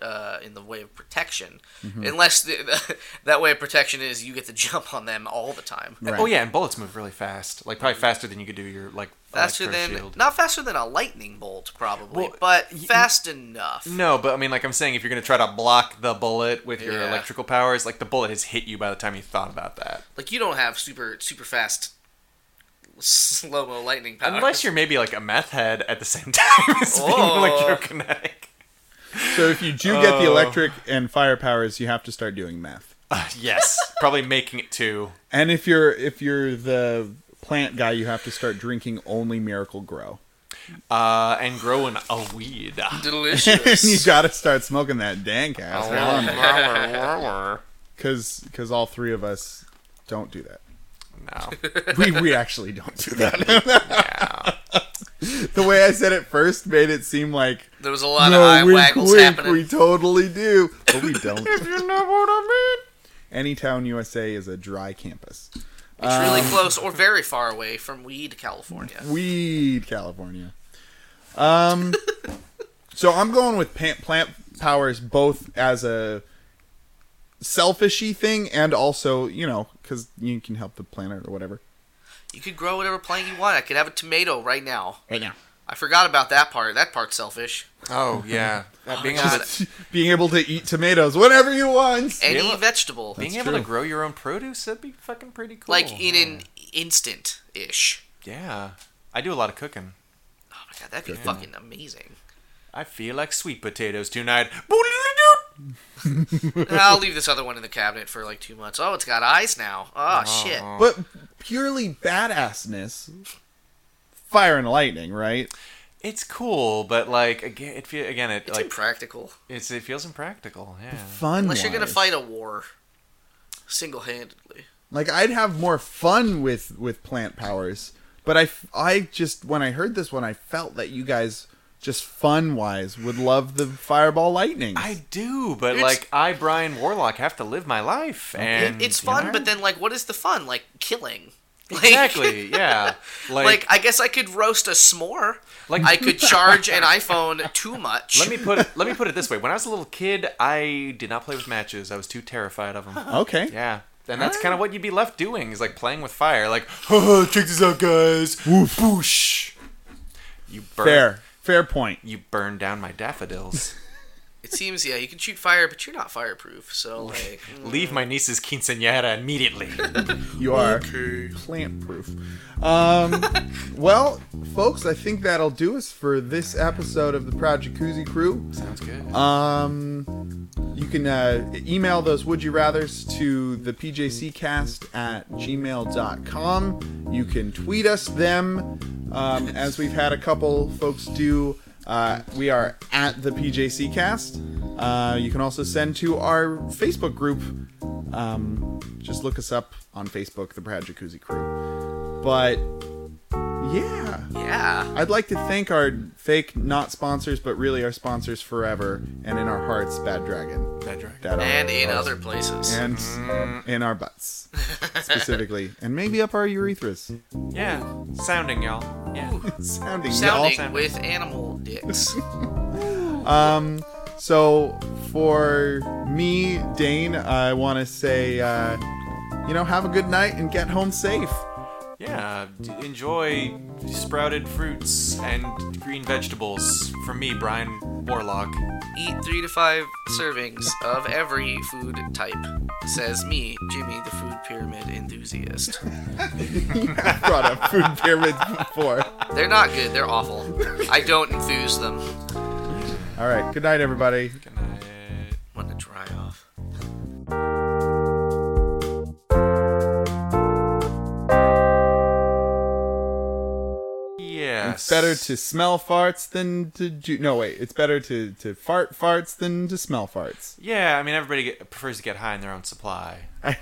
S2: uh, in the way of protection,
S1: Mm-hmm.
S2: unless the, that way of protection is you get to jump on them all the time.
S3: Right.
S1: Oh yeah, and bullets move really fast. Like probably faster than you could do your like
S2: Faster
S1: electro
S2: than
S1: shield.
S2: not faster than a lightning bolt probably,
S1: Well,
S2: but
S1: y-
S2: fast enough.
S1: No, but I mean, like I'm saying, if you're gonna try to block the bullet with your
S2: Yeah.
S1: electrical powers, like the bullet has hit you by the time you thought about that.
S2: Like you don't have super super fast slow mo lightning powers.
S1: Unless you're maybe like a meth head at the same time as being
S2: Oh.
S1: electrokinetic.
S3: So if you do get the
S1: Oh.
S3: electric and fire powers, you have to start doing math.
S1: Uh, yes, probably making it two.
S3: And if you're if you're the plant guy, you have to start drinking only Miracle Grow.
S1: Uh, and growing a weed.
S3: you
S2: delicious.
S3: gotta start smoking that dank ass
S1: no,
S3: because because all three of us don't do that. we, we actually don't do that. the way I said it first made it seem like
S2: there was a lot
S3: no,
S2: of eye
S3: wink,
S2: waggles
S3: wink,
S2: happening.
S3: we totally do, but we don't.
S1: you know what I
S3: Anytown USA is a dry campus.
S2: It's really
S1: um,
S2: close or very far away from Weed, California.
S3: Weed, California. Um, so I'm going with plant, plant powers both as a selfishy thing and also you know because you can help the planet or whatever.
S2: You could grow whatever plant you want. I could have a tomato right now.
S3: Right now.
S2: I forgot about that part. That part's selfish.
S1: Oh yeah, That being able
S2: God.
S1: to,
S3: Being able to eat tomatoes whenever you want.
S2: Any
S1: Yeah.
S2: vegetable,
S1: being
S3: That's
S1: able to
S3: true.
S1: grow your own produce, that'd be fucking pretty cool.
S2: like in an instant ish.
S1: yeah, I do a lot of cooking.
S2: Oh my god, that'd be fucking amazing.
S1: I feel like sweet potatoes tonight.
S2: I'll leave this other one in the cabinet for like two months. Oh, it's got eyes now. Oh, shit.
S3: But purely badassness, fire and lightning, right?
S1: It's cool, but like again, it feel, again it
S2: It's
S1: like
S2: impractical.
S1: it's it feels impractical. Yeah.
S3: Fun.
S2: Unless you're gonna
S3: wise.
S2: fight a war single handedly.
S3: Like I'd have more fun with with plant powers, but I f- I just when I heard this one, I felt that you guys just fun wise would love the fireball lightning.
S1: I do, but
S2: It's-
S1: like I, Brian Warlock, have to live my life, and
S2: It's
S1: you
S2: fun,
S1: know?
S2: but then like, what is the fun? Like killing. Like,
S1: exactly, yeah. Like,
S2: Like, I guess I could roast a s'more.
S1: Like-
S2: I could charge an iPhone too much.
S1: let me put it, let me put it this way: when I was a little kid, I did not play with matches. I was too terrified of them.
S3: okay.
S1: Yeah. And that's kind of what you'd be left doing is like playing with fire, like, oh, check this out, guys. Whoosh. You burn,
S3: Fair. Fair point.
S1: you burn down my daffodils.
S2: It seems, yeah, you can shoot fire, but you're not fireproof. So, like,
S1: Leave my niece's quinceañera immediately.
S3: You are plant proof. Um, well, folks, I think that'll do us for this episode of the Proud Jacuzzi Crew.
S1: Sounds good.
S3: Um, you can uh, email those would you rathers to the pjccast at gmail.com. You can tweet us them, um, as we've had a couple folks do. Uh, we are at the pjccast. Uh, you can also send to our Facebook group. Um, just look us up on Facebook, the Proud Jacuzzi Crew. But yeah.
S2: yeah,
S3: I'd like to thank our fake not sponsors, but really our sponsors forever and in our hearts, Bad Dragon.
S1: Bad dragon.
S3: That are
S2: and in
S3: ours.
S2: other Mm. places.
S3: and in our butts specifically, and maybe up our urethras.
S1: Yeah, sounding y'all. Yeah.
S3: Sounding,
S2: Sounding
S1: sound-
S2: with animal dicks.
S3: y'all. So for me, Dane, I want to say, uh, you know, have a good night and get home safe.
S1: Yeah, d- enjoy sprouted fruits and green vegetables from me, Brian Warlock.
S2: Eat three to five servings of every food type, says me, Jimmy, the food pyramid enthusiast.
S3: I brought up food pyramids before.
S2: They're not good. They're awful. I don't enthuse them.
S3: All right, good night, everybody.
S1: Good night.
S2: Want to dry off?
S1: Yes.
S3: It's better to smell farts than to do. No, wait. It's better to, to fart farts than to smell farts.
S1: Yeah, I mean, everybody get, prefers to get high in their own supply.
S3: I-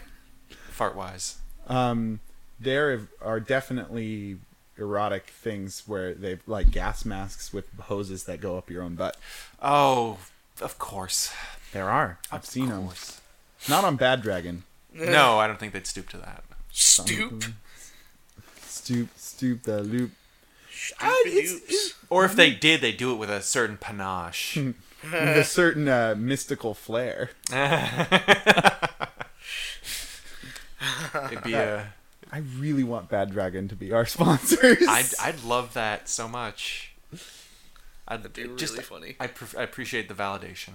S1: Fart wise.
S3: Um, there are definitely erotic things where they've like gas masks with hoses that go up your own butt.
S1: Oh, of course.
S3: There are. I've seen them. Not on Bad Dragon.
S1: No, I don't think they'd stoop to that.
S2: Stoop.
S3: Stoop, stoop the loop.
S2: Oops.
S1: Or if they did, they do it with a certain panache.
S3: With a certain uh, mystical flair.
S1: It'd be a.
S3: I really want Bad Dragon to be our sponsors.
S1: I'd, I'd love that so much. I'd
S2: That'd be really
S1: just,
S2: funny.
S1: I, pref- I appreciate the validation.